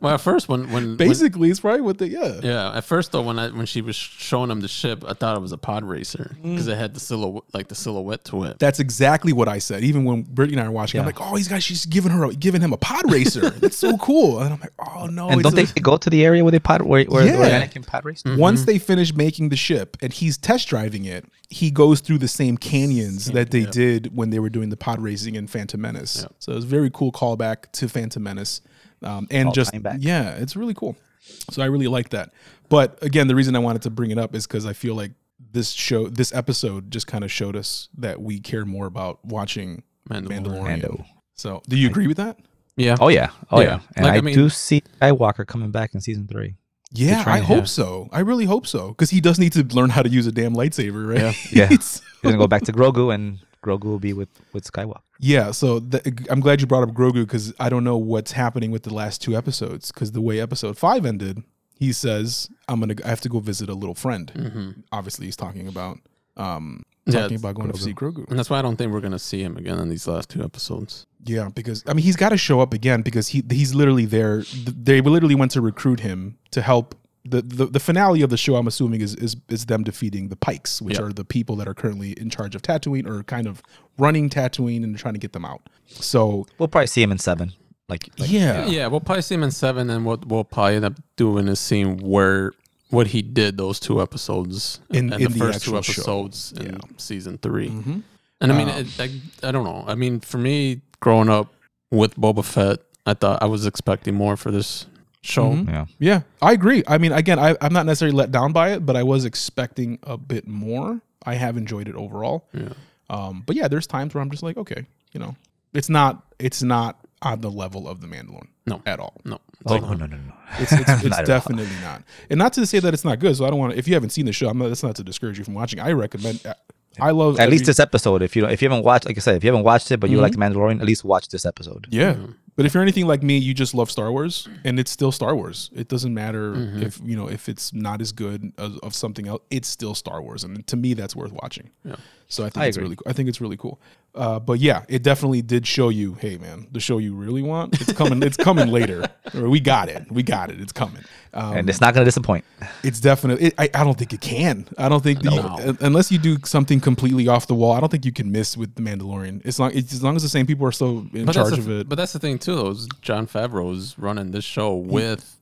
[SPEAKER 4] Well, at first when when, when
[SPEAKER 2] Basically, it's probably what they yeah.
[SPEAKER 4] yeah, at first though when I when she was showing him the ship, I thought it was a pod racer
[SPEAKER 2] Mm.
[SPEAKER 4] because it had the silhouette like the silhouette to it.
[SPEAKER 2] That's exactly what I said. Even when Brittany and I were watching, I'm
[SPEAKER 3] Yeah.
[SPEAKER 2] like, "Oh, he's got she's giving her a- giving him a pod racer. That's so cool." And I'm like, "Oh no!"
[SPEAKER 3] and
[SPEAKER 2] it's
[SPEAKER 3] don't they
[SPEAKER 2] a-
[SPEAKER 3] go to the area where they pot where, where the
[SPEAKER 2] Yeah.
[SPEAKER 3] Anakin pot raced?
[SPEAKER 2] Once they finish making the ship and he's test driving it, he goes through the same canyons that they did when they were doing the pod racing in Phantom Menace. So it was a very cool callback to Phantom Menace. Um, and just,
[SPEAKER 3] tying back.
[SPEAKER 2] yeah, it's really cool. So I really like that. But again, the reason I wanted to bring it up is because I feel like this show, this episode just kind of showed us that we care more about watching
[SPEAKER 4] Mandalorian.
[SPEAKER 2] Mandalorian.
[SPEAKER 3] Mando.
[SPEAKER 2] So do you agree with that?
[SPEAKER 4] Yeah.
[SPEAKER 3] Oh yeah, oh yeah.
[SPEAKER 4] Yeah.
[SPEAKER 3] And
[SPEAKER 4] Like,
[SPEAKER 3] I,
[SPEAKER 4] I mean-
[SPEAKER 3] do see Skywalker coming back in season three.
[SPEAKER 2] Yeah, I
[SPEAKER 4] trying,
[SPEAKER 2] hope
[SPEAKER 4] yeah.
[SPEAKER 2] so. I really hope so because he does need to learn how to use a damn lightsaber, right?
[SPEAKER 3] Yeah.
[SPEAKER 2] It's-
[SPEAKER 3] He's gonna go back to Grogu, and Grogu will be with with Skywalker.
[SPEAKER 2] Yeah, so the, I'm glad you brought up Grogu because I don't know what's happening with the last two episodes. Because the way episode five ended, he says, "I'm gonna, I have to go visit a little friend." Obviously, he's talking about, um,
[SPEAKER 4] Mm-hmm. Yeah,
[SPEAKER 2] talking
[SPEAKER 4] it's
[SPEAKER 2] about going to see Grogu.
[SPEAKER 4] And that's why I don't think we're gonna see him again in these last two episodes.
[SPEAKER 2] Yeah, because I mean, he's got to show up again because he he's literally there. Th- They literally went to recruit him to help. The, the, the finale of the show, I'm assuming, is is, is them defeating the Pikes, which
[SPEAKER 4] Yeah.
[SPEAKER 2] are the people that are currently in charge of Tatooine or kind of running Tatooine and trying to get them out. So
[SPEAKER 3] We'll probably see him in seven. Like, like
[SPEAKER 2] yeah,
[SPEAKER 4] Yeah. we'll probably see him in seven, and what we'll probably end up doing is seeing where what he did those two episodes
[SPEAKER 2] In-
[SPEAKER 4] and
[SPEAKER 2] in the
[SPEAKER 4] the first two
[SPEAKER 2] actual show. Mm-hmm. Uh,
[SPEAKER 4] episodes in season 3 And I mean, it, I, I don't know. I mean, for me, growing up with Boba Fett, I thought I was expecting more for this show.
[SPEAKER 3] yeah.
[SPEAKER 2] Yeah, I agree. I mean, again, I, I'm not necessarily let down by it, but I was expecting a bit more. I have enjoyed it overall. Yeah. Um, but yeah, there's times where I'm just like, okay, you know, it's not it's not on the level of the Mandalorian.
[SPEAKER 4] No.
[SPEAKER 2] at all.
[SPEAKER 4] No, it's
[SPEAKER 3] Oh
[SPEAKER 4] like,
[SPEAKER 3] no no no no.
[SPEAKER 2] It's, it's,
[SPEAKER 3] Not
[SPEAKER 2] it's
[SPEAKER 3] at all.
[SPEAKER 2] definitely not. And not to say that it's not good. So I don't want to. If you haven't seen the show, I'm not. That's not to discourage you from watching. I recommend. I love
[SPEAKER 3] At least
[SPEAKER 2] every- Mm-hmm.
[SPEAKER 3] this episode. If you if you haven't watched, like I said, if you haven't watched it, but you like the Mandalorian, at least watch this episode.
[SPEAKER 2] Yeah. But if you're anything like me, you just love Star Wars, and it's still Star Wars. It doesn't matter if you know if it's not as good as, of something else. It's still Star Wars, and to me, that's worth watching. Yeah. So I think
[SPEAKER 3] I
[SPEAKER 2] it's
[SPEAKER 3] agree.
[SPEAKER 2] really, cool. I think it's really cool. Uh, but yeah, it definitely did show you, hey man, the show you really want, it's coming. it's coming later. Or we got it. We got it. It's coming. Um,
[SPEAKER 3] and it's not gonna disappoint.
[SPEAKER 2] it's definitely. It, I, I don't think it can. I don't think that you- un- unless you do something completely off the wall. I don't think you can miss with the Mandalorian. As long it's, as long as the same people are still in
[SPEAKER 4] but, that's
[SPEAKER 2] charge
[SPEAKER 4] the,
[SPEAKER 2] of it.
[SPEAKER 4] but that's the thing too. Though, is John Favreau is running this show
[SPEAKER 2] Mm-hmm.
[SPEAKER 4] with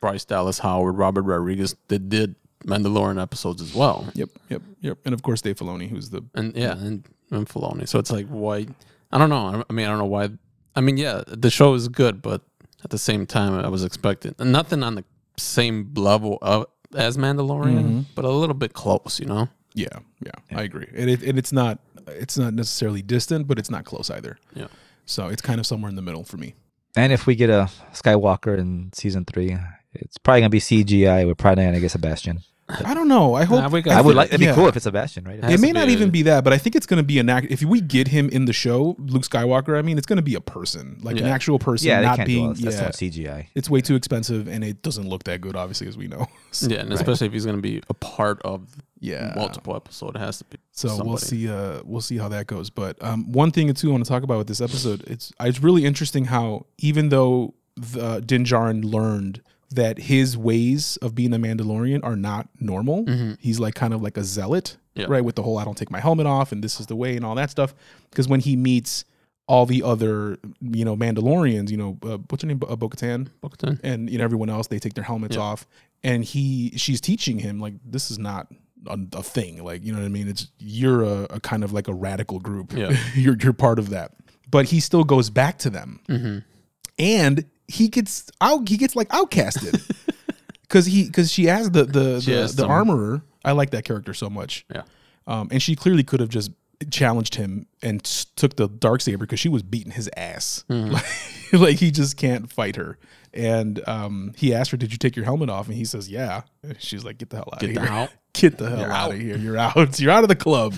[SPEAKER 4] Bryce Dallas Howard, Robert Rodriguez. They did Mandalorian episodes as well.
[SPEAKER 2] Yep, yep, yep. And of course, Dave Filoni, who's the
[SPEAKER 4] and yeah, and, and Filoni. So it's like why? I don't know. I- I mean, I don't know why. I mean, yeah, the show is good, but at the same time, I was expecting nothing on the same level of as Mandalorian,
[SPEAKER 2] Mm-hmm.
[SPEAKER 4] but a little bit close. You know?
[SPEAKER 2] yeah, yeah. I agree, and it, and it's not it's not necessarily distant, but it's not close either.
[SPEAKER 4] Yeah.
[SPEAKER 2] So it's kind of somewhere in the middle for me.
[SPEAKER 3] And if we get a Skywalker in season three, it's probably gonna be CGI. We're probably not gonna get Sebastian.
[SPEAKER 2] I don't know. I hope
[SPEAKER 4] Nah, we got-
[SPEAKER 3] I would
[SPEAKER 2] think-
[SPEAKER 3] like. It'd be
[SPEAKER 2] yeah.
[SPEAKER 3] cool if it's Sebastian, right?
[SPEAKER 2] It
[SPEAKER 4] has
[SPEAKER 2] may
[SPEAKER 4] to
[SPEAKER 2] not
[SPEAKER 4] be-
[SPEAKER 2] even be that, but I think it's going to be an act. If we get him in the show, Luke Skywalker, I mean, it's going to be a person, like an
[SPEAKER 4] Yeah.
[SPEAKER 2] actual person,
[SPEAKER 3] yeah, they
[SPEAKER 2] not
[SPEAKER 3] can't do all
[SPEAKER 2] being.
[SPEAKER 3] this.
[SPEAKER 2] Yeah,
[SPEAKER 3] That's too much CGI.
[SPEAKER 2] it's way too expensive, and it doesn't look that good, obviously, as we know. So,
[SPEAKER 4] Yeah, and especially if he's going to be a part of
[SPEAKER 2] Yeah.
[SPEAKER 4] multiple episode, it has to be.
[SPEAKER 2] So we'll
[SPEAKER 4] somebody.
[SPEAKER 2] see. Uh, we'll see how that goes. But um, one thing and two, I want to talk about with this episode. It's it's really interesting how even though the Dinjarin learned that his ways of being a Mandalorian are not normal, he's like kind of like a zealot,
[SPEAKER 4] Mm-hmm. Yeah.
[SPEAKER 2] right? With the whole "I don't take my helmet off" and this is the way and all that stuff. Because when he meets all the other you know Mandalorians, you know uh, what's her name, Bo- uh, Bo-Katan,
[SPEAKER 4] Bo-Katan.
[SPEAKER 2] and you know everyone else, they take their helmets off, and he she's teaching him like this is not a, a thing, like you know what I mean. It's you're a, a kind of like a radical group,
[SPEAKER 4] Yeah.
[SPEAKER 2] you're you're part of that, but he still goes back to them,
[SPEAKER 4] Mm-hmm.
[SPEAKER 2] and he gets out, he gets like outcasted. Because he, because she asked the the
[SPEAKER 4] She
[SPEAKER 2] the,
[SPEAKER 4] asked
[SPEAKER 2] the
[SPEAKER 4] him.
[SPEAKER 2] armorer. I like that character so much.
[SPEAKER 4] Yeah.
[SPEAKER 2] Um, and she clearly could have just challenged him and s- took the dark saber because she was beating his ass. Like, he just can't fight her. And um, he asked her, "Did you take your helmet off?" And he says, "Yeah." And she's like, "Get the hell out
[SPEAKER 4] Get
[SPEAKER 2] of
[SPEAKER 4] the
[SPEAKER 2] here!
[SPEAKER 4] out.
[SPEAKER 2] Get the hell out of here! You're out! You're out of the club."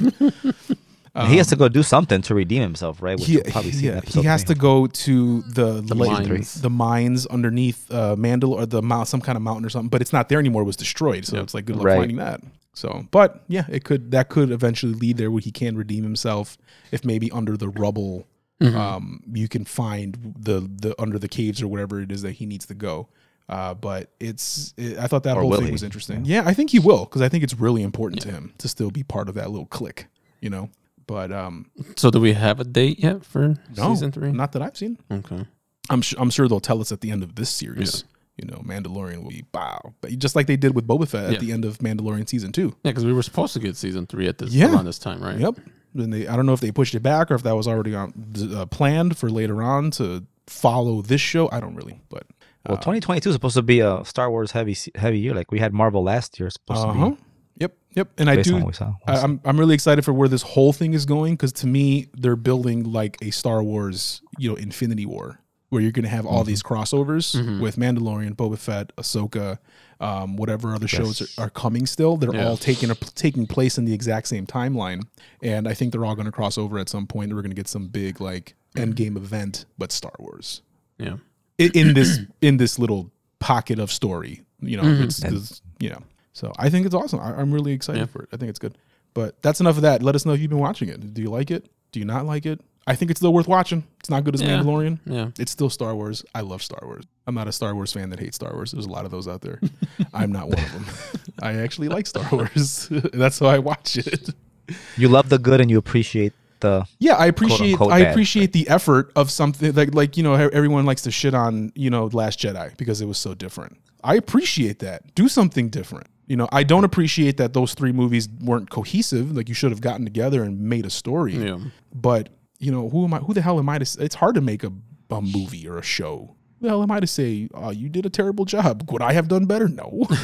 [SPEAKER 3] he has to go do something to redeem himself, right? Which
[SPEAKER 2] He,
[SPEAKER 3] we'll probably see
[SPEAKER 2] he,
[SPEAKER 3] in
[SPEAKER 2] he
[SPEAKER 3] episode
[SPEAKER 2] has
[SPEAKER 3] three.
[SPEAKER 2] to go to the the
[SPEAKER 4] mines.
[SPEAKER 2] mines, the mines underneath uh, Mandal or the mount, some kind of mountain or something. But it's not there anymore; it was destroyed. So it's like good luck
[SPEAKER 3] Right.
[SPEAKER 2] finding that. So, but yeah, it could that could eventually lead there where he can redeem himself if maybe under the rubble,
[SPEAKER 3] Mm-hmm.
[SPEAKER 2] um, you can find the the under the caves or whatever it is that he needs to go. Uh, but it's it, I thought that
[SPEAKER 3] Or
[SPEAKER 2] whole
[SPEAKER 3] will
[SPEAKER 2] thing
[SPEAKER 3] he?
[SPEAKER 2] was interesting. Yeah, I think he will because I think it's really important to him to still be part of that little clique, you know. But um,
[SPEAKER 4] So do we have a date yet for
[SPEAKER 2] no,
[SPEAKER 4] season three?
[SPEAKER 2] not that I've seen.
[SPEAKER 4] Okay.
[SPEAKER 2] I'm sure I'm sure they'll tell us at the end of this series. You know, Mandalorian will be wow, but just like they did with Boba Fett at
[SPEAKER 4] Yeah.
[SPEAKER 2] the end of Mandalorian season two.
[SPEAKER 4] Yeah, because we were supposed to get season three at this
[SPEAKER 2] Yeah.
[SPEAKER 4] around this time, right?
[SPEAKER 2] Yep. Then they I don't know if they pushed it back or if that was already on uh, planned for later on to follow this show. I don't really, but
[SPEAKER 3] Well, 2022 is supposed to be a Star Wars heavy se- heavy year. Like we had Marvel last year. It's supposed
[SPEAKER 2] uh-huh.
[SPEAKER 3] to be
[SPEAKER 2] Yep, yep. And I
[SPEAKER 3] based
[SPEAKER 2] do
[SPEAKER 3] on what we saw.
[SPEAKER 2] I, I'm I'm really excited for where this whole thing is going because to me they're building like a Star Wars, you know, Infinity War where you're going to have all these crossovers with Mandalorian, Boba Fett, Ahsoka, um, whatever other shows are, are coming. Still, they're all taking a, taking place in the exact same timeline, and I think they're all going to cross over at some point. We're going to get some big like Endgame event, but Star Wars
[SPEAKER 4] Yeah.
[SPEAKER 2] in, in this in this little pocket of story. You know, it's, it's- you know. So I think it's awesome. I, I'm really excited for it. I think it's good. But that's enough of that. Let us know if you've been watching it. Do you like it? Do you not like it? I think it's still worth watching. It's not good as
[SPEAKER 4] Yeah.
[SPEAKER 2] Mandalorian.
[SPEAKER 4] Yeah.
[SPEAKER 2] It's still Star Wars. I love Star Wars. I'm not a Star Wars fan that hates Star Wars. There's a lot of those out there. I'm not one of them. I actually like Star Wars. that's why I watch it.
[SPEAKER 3] You love the good and you appreciate the
[SPEAKER 2] Yeah, I appreciate
[SPEAKER 3] unquote
[SPEAKER 2] I
[SPEAKER 3] bad,
[SPEAKER 2] appreciate the effort of something like like you know how everyone likes to shit on you know Last Jedi because it was so different. I appreciate that. Do something different. You know, I don't appreciate that those three movies weren't cohesive. Like you should have gotten together and made a story.
[SPEAKER 4] Yeah.
[SPEAKER 2] But you know, who am I? Who the hell am I to? s- It's hard to make a, a movie or a show. Who the hell am I to say? Oh, you did a terrible job. Would I have done better? No. you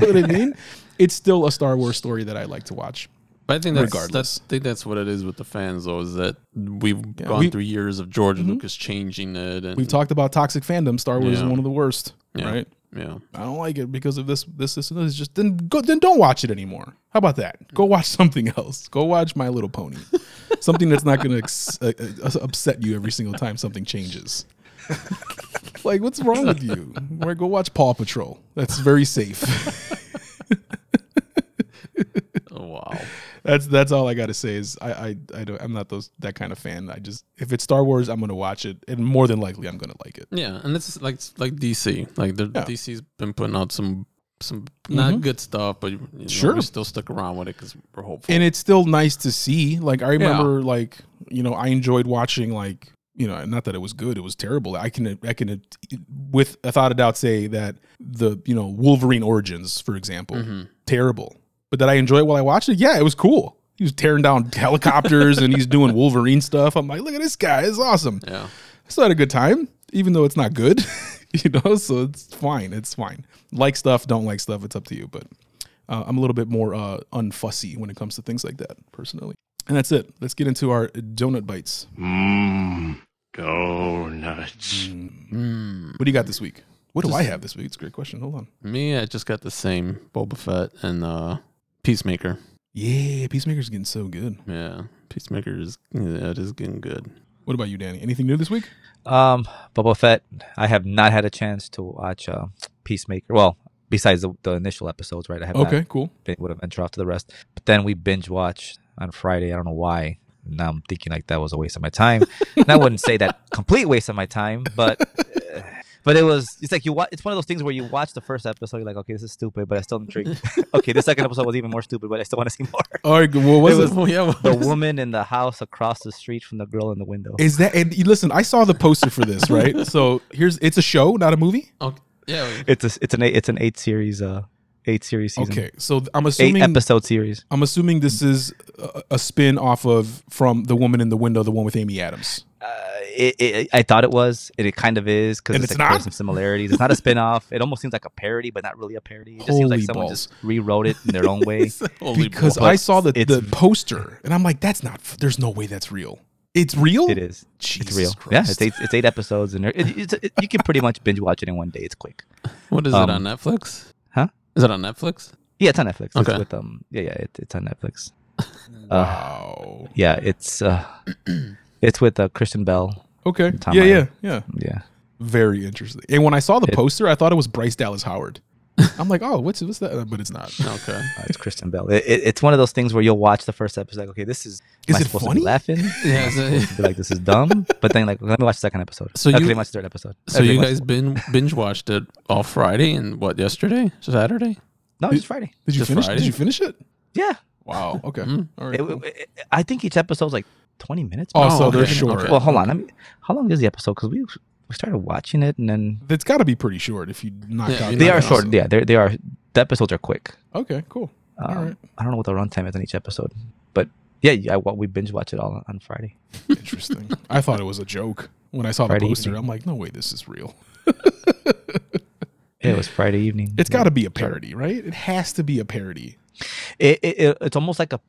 [SPEAKER 2] know what I mean? It's still a Star Wars story that I like to watch.
[SPEAKER 4] But I think that's,
[SPEAKER 2] Regardless.
[SPEAKER 4] that's I think that's what it is with the fans though, is that we've gone
[SPEAKER 2] we- Mm-hmm.
[SPEAKER 4] through years of George Lucas changing it and
[SPEAKER 2] We've talked about toxic fandom. Star Wars is
[SPEAKER 4] Yeah.
[SPEAKER 2] one of the worst,
[SPEAKER 4] yeah,
[SPEAKER 2] right?
[SPEAKER 4] Yeah.
[SPEAKER 2] I don't like it because of this, this, this, and this. Just then, go, then don't watch it anymore. How about that? Go watch something else. Go watch My Little Pony, something that's not going to ex- uh, uh, upset you every single time something changes. like, what's wrong with you? Or go watch Paw Patrol. That's very safe.
[SPEAKER 4] Oh wow.
[SPEAKER 2] that's that's all I got to say. Is I, I I don't I'm not those that kind of fan. I just if it's Star Wars, I'm going to watch it, and more than likely, I'm going to like it.
[SPEAKER 4] Yeah, and it's like like DC. Like the
[SPEAKER 2] Yeah. Mm-hmm.
[SPEAKER 4] DC's been putting out some some not good stuff, but you know,
[SPEAKER 2] Sure.
[SPEAKER 4] we still stuck around with it because we're hopeful.
[SPEAKER 2] and it's still nice to see. Like I remember, like you know, I enjoyed watching like you know, not that it was good, it was terrible. I can I can with without a doubt say that the you know Wolverine Origins, for example, terrible. But did I enjoy it while I watched it? Yeah, it was cool. He was tearing down helicopters and he's doing Wolverine stuff. I'm like, look at this guy, it's awesome.
[SPEAKER 4] yeah,
[SPEAKER 2] I still had a good time, even though it's not good, you know. So it's fine. It's fine. Like stuff, don't like stuff. It's up to you. But uh, I'm a little bit more uh, unfussy when it comes to things like that, personally. And that's it. Let's get into our donut bites.
[SPEAKER 6] Donuts.
[SPEAKER 2] Mm,
[SPEAKER 4] Mm,
[SPEAKER 2] What do you got this week? What do I have this week? It's a great question. Hold on.
[SPEAKER 4] me, I just got the same Boba Fett and uh Peacemaker.
[SPEAKER 2] Yeah, Peacemaker's getting so good.
[SPEAKER 4] Yeah, Peacemaker is yeah, it is getting good.
[SPEAKER 2] What about you, Danny? Anything new this week?
[SPEAKER 3] um Boba Fett. I have not had a chance to watch uh, Peacemaker. Well, besides the, the initial episodes, right? I have not
[SPEAKER 2] Okay, cool.
[SPEAKER 3] been, would have ventured off to the rest. But then we binge watched on Friday. I don't know why. Now I'm thinking like that was a waste of my time. and I wouldn't say that complete waste of my time, but uh, but it was. It's like you watch. It's one of those things where you watch the first episode. You're like, okay, this is stupid, but I still intrigued. okay, the second episode was even more stupid, but I still want to see more.
[SPEAKER 2] All right. Well,
[SPEAKER 4] It
[SPEAKER 2] what's
[SPEAKER 4] was- yeah, what
[SPEAKER 3] The
[SPEAKER 4] was-
[SPEAKER 3] woman in the house across the street from the girl in the window.
[SPEAKER 2] Is that and you- listen? I saw the poster for this, right? So here's it's a show, not a movie.
[SPEAKER 4] okay, yeah,
[SPEAKER 3] It's a, it's an eight, it's an eight series uh eight series season.
[SPEAKER 2] Okay, so I'm
[SPEAKER 3] Eight
[SPEAKER 2] assuming
[SPEAKER 3] episode series.
[SPEAKER 2] I'm assuming this is a, a spin off of from the woman in the window, the one with Amy Adams.
[SPEAKER 3] Uh, it, it, I thought it was, and it kind of is because
[SPEAKER 2] And
[SPEAKER 3] it's,
[SPEAKER 2] it's
[SPEAKER 3] like there's
[SPEAKER 2] not?
[SPEAKER 3] some similarities. It's not a spin-off. It almost seems like a parody, but not really a parody. It just seems like
[SPEAKER 2] Holy
[SPEAKER 3] someone
[SPEAKER 2] balls.
[SPEAKER 3] just rewrote it in their own way.
[SPEAKER 4] Holy
[SPEAKER 2] Because
[SPEAKER 4] boy.
[SPEAKER 2] I saw the,
[SPEAKER 3] it's-
[SPEAKER 2] the poster and I'm like, that's not. f- There's no way that's real. It's real.
[SPEAKER 3] it is.
[SPEAKER 2] Jesus
[SPEAKER 3] it's real. Yeah,
[SPEAKER 2] Christ.
[SPEAKER 3] it's eight, it's eight episodes, and it, it's, it, you can pretty much binge watch it in one day. It's quick.
[SPEAKER 4] what is
[SPEAKER 3] um,
[SPEAKER 4] it on Netflix?
[SPEAKER 3] Huh?
[SPEAKER 4] Is it on Netflix?
[SPEAKER 3] Yeah, it's on Netflix. It's
[SPEAKER 4] Okay.
[SPEAKER 3] with um, yeah, yeah, it, it's on Netflix.
[SPEAKER 2] Wow.
[SPEAKER 3] Yeah, it's uh, it's with uh, Christian Bell.
[SPEAKER 2] Okay.
[SPEAKER 3] Tom
[SPEAKER 2] yeah, yeah,
[SPEAKER 3] Island.
[SPEAKER 2] yeah.
[SPEAKER 3] Yeah,
[SPEAKER 2] Very interesting. And when I saw the poster, I thought it was Bryce Dallas Howard. I'm like, oh, what's what's that? But it's not.
[SPEAKER 4] Okay.
[SPEAKER 3] uh, it's Christian Bell. It, it, it's one of those things where you'll watch the first episode, like, okay, this is. am
[SPEAKER 2] Is
[SPEAKER 3] I
[SPEAKER 2] it
[SPEAKER 3] supposed to
[SPEAKER 2] funny?
[SPEAKER 3] be laughing?
[SPEAKER 4] Yeah. So,
[SPEAKER 3] Be like this is dumb, but then like let me watch the second episode. So
[SPEAKER 4] So
[SPEAKER 3] okay,
[SPEAKER 4] you-
[SPEAKER 3] let me watch the third episode.
[SPEAKER 4] so
[SPEAKER 3] Okay,
[SPEAKER 4] you
[SPEAKER 3] watch
[SPEAKER 4] guys
[SPEAKER 3] the-
[SPEAKER 4] bin, binge watched it all Friday and what yesterday, Saturday?
[SPEAKER 3] no, it's Friday.
[SPEAKER 2] Did you
[SPEAKER 4] Just
[SPEAKER 2] finish?
[SPEAKER 4] Friday?
[SPEAKER 2] Did you finish it?
[SPEAKER 3] Yeah,
[SPEAKER 2] Wow. Okay. All right.
[SPEAKER 3] It-
[SPEAKER 2] cool.
[SPEAKER 3] it- it- I think each episode's like twenty minutes.
[SPEAKER 2] Oh,
[SPEAKER 4] Oh,
[SPEAKER 2] so they're
[SPEAKER 4] okay.
[SPEAKER 2] short.
[SPEAKER 4] Okay.
[SPEAKER 3] Well, hold on. I mean, how long is the episode? Because we we started watching it and then
[SPEAKER 2] It's got to be pretty short if you knock
[SPEAKER 4] Yeah,
[SPEAKER 2] out.
[SPEAKER 4] you
[SPEAKER 3] they
[SPEAKER 4] knock
[SPEAKER 3] are
[SPEAKER 4] it out.
[SPEAKER 3] short. Yeah, they they are. The episodes are quick.
[SPEAKER 2] Okay. Cool.
[SPEAKER 3] Um,
[SPEAKER 2] All right.
[SPEAKER 3] I don't know what the runtime is on each episode, but yeah, yeah, I, we binge watch it all on, on Friday.
[SPEAKER 2] Interesting. I thought it was a joke when I saw the
[SPEAKER 3] Friday
[SPEAKER 2] poster.
[SPEAKER 3] evening.
[SPEAKER 2] I'm like, no way, this is real.
[SPEAKER 3] It was Friday evening.
[SPEAKER 2] It's got to be a parody, right? It has to be a parody.
[SPEAKER 3] It, it, it- it's almost like a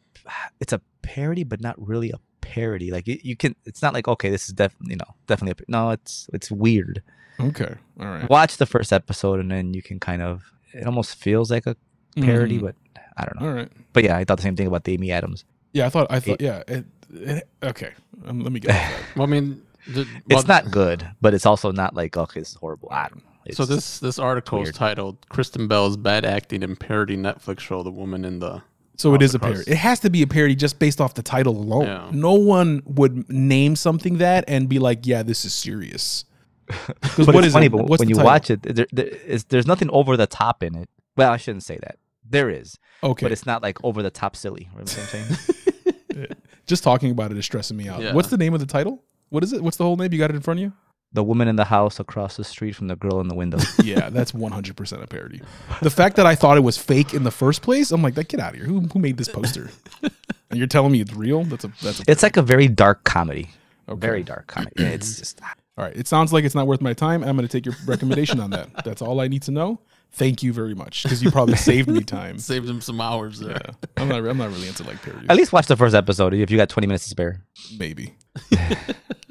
[SPEAKER 3] it's a parody, but not really a parody. Like it, you can, it's not like okay, this is definitely you know definitely a, par- no. It's it's weird.
[SPEAKER 2] Okay. All right.
[SPEAKER 3] Watch the first episode and then you can kind of it almost feels like a parody, but I don't know.
[SPEAKER 2] All right.
[SPEAKER 3] But yeah, I thought the same thing about the Amy Adams.
[SPEAKER 2] Yeah, I thought. I thought. Yeah. It, it, okay. Um, let me get. off that.
[SPEAKER 4] Well, I mean, the,
[SPEAKER 3] It's not good, but it's also not like okay, this is horrible. I don't know. It's,
[SPEAKER 4] So this this article is
[SPEAKER 3] weird.
[SPEAKER 4] titled "Kristen Bell's Bad Acting in Parody Netflix Show: The Woman in the."
[SPEAKER 2] So it
[SPEAKER 4] Off
[SPEAKER 2] is
[SPEAKER 4] the
[SPEAKER 2] a parody.
[SPEAKER 4] crust.
[SPEAKER 2] It has to be a parody just based off the title alone.
[SPEAKER 4] Yeah.
[SPEAKER 2] No one would name something that and be like, "Yeah, this is serious." Because
[SPEAKER 3] but it's funny, but when you watch it, there, there is, there's nothing over the top in it. Well, I shouldn't say that. There is,
[SPEAKER 2] okay,
[SPEAKER 3] but it's not like over the top silly. Remember what I'm saying?
[SPEAKER 2] just talking about it is stressing me out.
[SPEAKER 4] Yeah.
[SPEAKER 2] What's the name of the title? What is it? What's the whole name? You got it in front of you?
[SPEAKER 3] the woman in the house across the street from the girl in the window.
[SPEAKER 2] Yeah, that's 100% a parody. The fact that I thought it was fake in the first place, I'm like, that get out of here. Who, who made this poster? And you're telling me it's real? That's a that's a,
[SPEAKER 3] it's like a very dark comedy.
[SPEAKER 2] Okay.
[SPEAKER 3] Very dark comedy. And it's just
[SPEAKER 2] all right. It sounds like it's not worth my time. I'm going to take your recommendation on that. That's all I need to know. Thank you very much because you probably saved me time.
[SPEAKER 4] Saved him some hours there.
[SPEAKER 2] I'm not. I'm not really into like parodies.
[SPEAKER 3] at least watch the first episode if you got 20 minutes to spare.
[SPEAKER 2] maybe.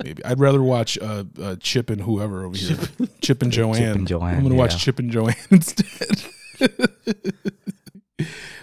[SPEAKER 2] maybe I'd rather watch uh, uh, Chip and whoever over here, Chip and Joanne.
[SPEAKER 3] Joanne,
[SPEAKER 2] I'm gonna watch
[SPEAKER 3] yeah.
[SPEAKER 2] Chip and Joanne instead.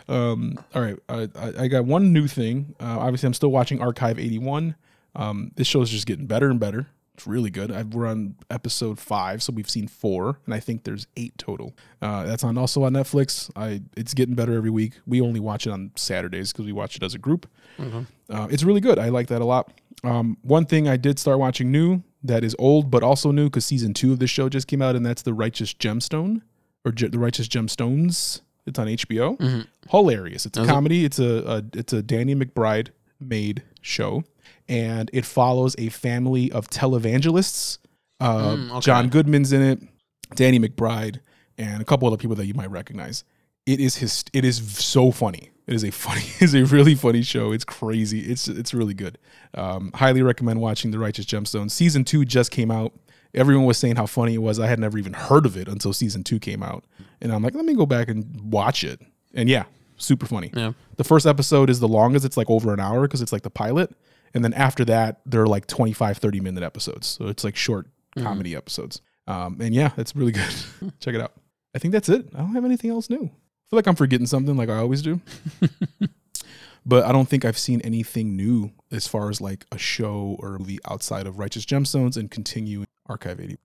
[SPEAKER 2] um. All right. I, I I got one new thing. Uh, obviously, I'm still watching Archive 81. Um. This show is just getting better and better. It's really good. I've, we're on episode five, so we've seen four, and I think there's eight total. Uh, that's on also on Netflix. I it's getting better every week. We only watch it on Saturdays because we watch it as a group. Uh, it's really good. I like that a lot. Um, one thing I did start watching new that is old but also new because season two of this show just came out, and that's The Righteous Gemstone or Ge- The Righteous Gemstones. It's on HBO.
[SPEAKER 4] Mm-hmm.
[SPEAKER 2] Hilarious. It's a comedy. It's a, a it's a Danny McBride made show, and it follows a family of televangelists. Uh,
[SPEAKER 4] Mm, okay.
[SPEAKER 2] John Goodman's in it, Danny McBride, and a couple other people that you might recognize it is his it is so funny it is a funny it's a really funny show it's crazy it's it's really good um highly recommend watching the righteous gemstone season two just came out everyone was saying how funny it was i had never even heard of it until season two came out and i'm like let me go back and watch it and yeah super funny
[SPEAKER 4] Yeah.
[SPEAKER 2] the first episode is the longest it's like over an hour because it's like the pilot and then after that they're like 25 30 minute episodes so it's like short comedy episodes um and yeah it's really good check it out i think that's it i don't have anything else new I feel like I'm forgetting something like I always do. but I don't think I've seen anything new as far as like a show or the outside of Righteous Gemstones and continuing Archive 80.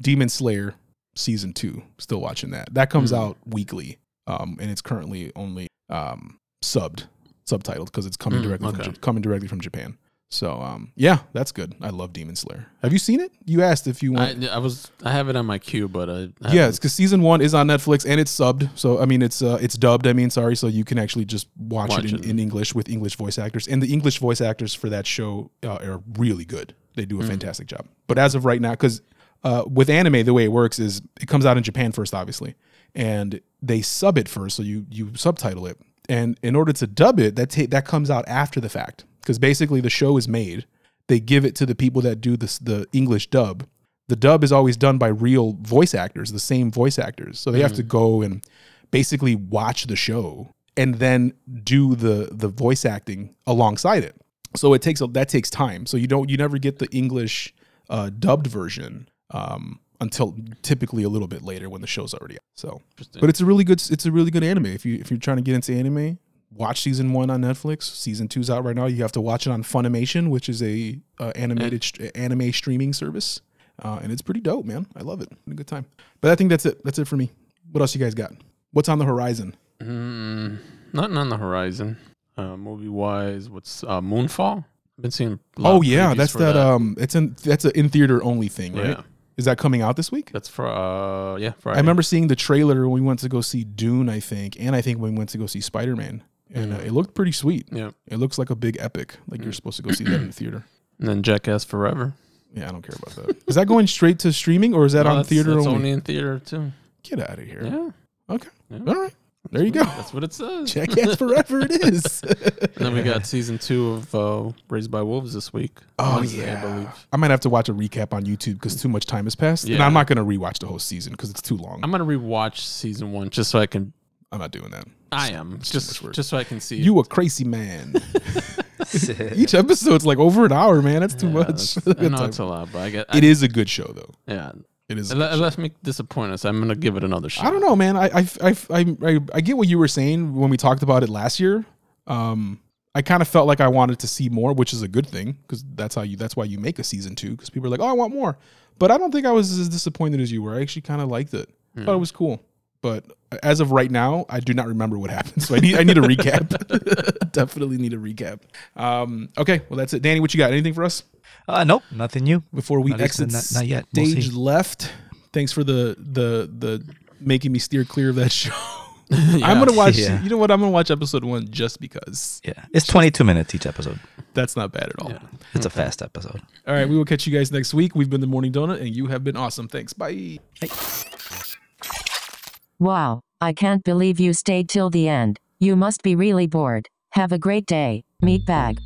[SPEAKER 2] Demon Slayer season 2, still watching that. That comes out weekly. Um and it's currently only um subbed, subtitled cuz it's coming
[SPEAKER 4] Mm,
[SPEAKER 2] directly from
[SPEAKER 4] okay.
[SPEAKER 2] Ja- coming directly from Japan. So um yeah, that's good. I love Demon Slayer. Have you seen it? You asked if you want
[SPEAKER 4] I, I was I have it on my queue, but I, I
[SPEAKER 2] yeah, it's because season one is on Netflix and it's subbed. So I mean, it's uh, it's dubbed. I mean, sorry. So you can actually just watch,
[SPEAKER 4] Watch
[SPEAKER 2] it, in,
[SPEAKER 4] it.
[SPEAKER 2] in English with English voice actors, and the English voice actors for that show uh, are really good. They do a fantastic job. But as of right now, because uh, with anime, the way it works is it comes out in Japan first, obviously, and they sub it first, so you you subtitle it, and in order to dub it, that ta- that comes out after the fact, because basically the show is made, they give it to the people that do this the English dub, the dub is always done by real voice actors, the same voice actors. So they have to go and basically watch the show and then do the the voice acting alongside it. So it takes that takes time. So you don't you never get the English uh, dubbed version um, until typically a little bit later when the show's already out. So, but it's a really good it's a really good anime. If you if you're trying to get into anime, watch season one on Netflix. Season two's out right now. You have to watch it on Funimation, which is a uh, animated st- anime streaming service, uh, and it's pretty dope, man. I love it. Had a good time. But I think that's it. That's it for me. What else you guys got? What's on the horizon?
[SPEAKER 4] Mm, nothing on the horizon. Uh, movie wise, what's uh, Moonfall? I've been seeing. a lot
[SPEAKER 2] Oh
[SPEAKER 4] of
[SPEAKER 2] yeah,
[SPEAKER 4] previews
[SPEAKER 2] that's
[SPEAKER 4] for
[SPEAKER 2] that, Um, it's in that's an in theater only thing, right?
[SPEAKER 4] Yeah.
[SPEAKER 2] Is that coming out this week?
[SPEAKER 4] That's for uh yeah Friday.
[SPEAKER 2] I remember seeing the trailer when we went to go see Dune, I think, and I think when we went to go see Spider Man, and uh, it looked pretty sweet.
[SPEAKER 4] Mm. Yeah, Mm.
[SPEAKER 2] It looks like a big epic, like you're supposed to go see that in the theater.
[SPEAKER 4] and then Jackass Forever.
[SPEAKER 2] Yeah, I don't care about that. Is that going straight to streaming or is that
[SPEAKER 4] No,
[SPEAKER 2] on
[SPEAKER 4] that's-
[SPEAKER 2] theater
[SPEAKER 4] that's
[SPEAKER 2] only?
[SPEAKER 4] only in theater too.
[SPEAKER 2] Get out of here.
[SPEAKER 4] Yeah,
[SPEAKER 2] Okay.
[SPEAKER 4] Yeah.
[SPEAKER 2] All right. There you go.
[SPEAKER 4] that's Oh, what it says.
[SPEAKER 2] Jackass Forever it is.
[SPEAKER 4] And then we got season two of uh, Raised by Wolves this week.
[SPEAKER 2] Oh
[SPEAKER 4] Wednesday,
[SPEAKER 2] yeah,
[SPEAKER 4] I believe.
[SPEAKER 2] I might have to watch a recap on YouTube because too much time has passed, and
[SPEAKER 4] Yeah.
[SPEAKER 2] I'm not going to rewatch the whole season because it's too long.
[SPEAKER 4] I'm
[SPEAKER 2] I'm,
[SPEAKER 4] gonna rewatch season one just so I can.
[SPEAKER 2] not doing that.
[SPEAKER 4] I am
[SPEAKER 2] too much
[SPEAKER 4] just
[SPEAKER 2] work.
[SPEAKER 4] just so I can see
[SPEAKER 2] You a crazy man. Each episode's like over an hour, man. That's too
[SPEAKER 4] Yeah,
[SPEAKER 2] much.
[SPEAKER 4] that's- I
[SPEAKER 2] Good
[SPEAKER 4] know
[SPEAKER 2] time.
[SPEAKER 4] it's a lot, but I get I,
[SPEAKER 2] It is a good show, though.
[SPEAKER 4] Yeah,
[SPEAKER 2] It is. a good
[SPEAKER 4] unless, unless me disappoint us, I'm gonna give it another shot.
[SPEAKER 2] I don't know, man. I I, I I I get what you were saying when we talked about it last year. Um, I kind of felt like I wanted to see more, which is a good thing because that's how you that's why you make a season two because people are like, oh, I want more. But I don't think I was as disappointed as you were. I actually kind of liked it. I thought it was cool. But as of right now, I do not remember what happened, so I need I need a recap. Definitely need a recap. Um, okay, well that's it. Danny, what you got? Anything for us?
[SPEAKER 3] Uh, nope, nothing new.
[SPEAKER 2] before we
[SPEAKER 3] At least
[SPEAKER 2] exit
[SPEAKER 3] not- not yet. We'll
[SPEAKER 2] stage
[SPEAKER 3] see.
[SPEAKER 2] left. Thanks for the the the making me steer clear of that show. I'm gonna watch.
[SPEAKER 3] Yeah.
[SPEAKER 2] You know what? I'm gonna watch episode one just because.
[SPEAKER 3] Yeah, it's 22 minutes each episode.
[SPEAKER 2] That's not bad at all.
[SPEAKER 3] It's a fast episode.
[SPEAKER 2] All right, we will catch you guys next week. We've been the Morning Donut, and you have been awesome. Thanks. Bye.
[SPEAKER 1] Wow, I can't believe you stayed till the end. You must be really bored. Have a great day, meatbag.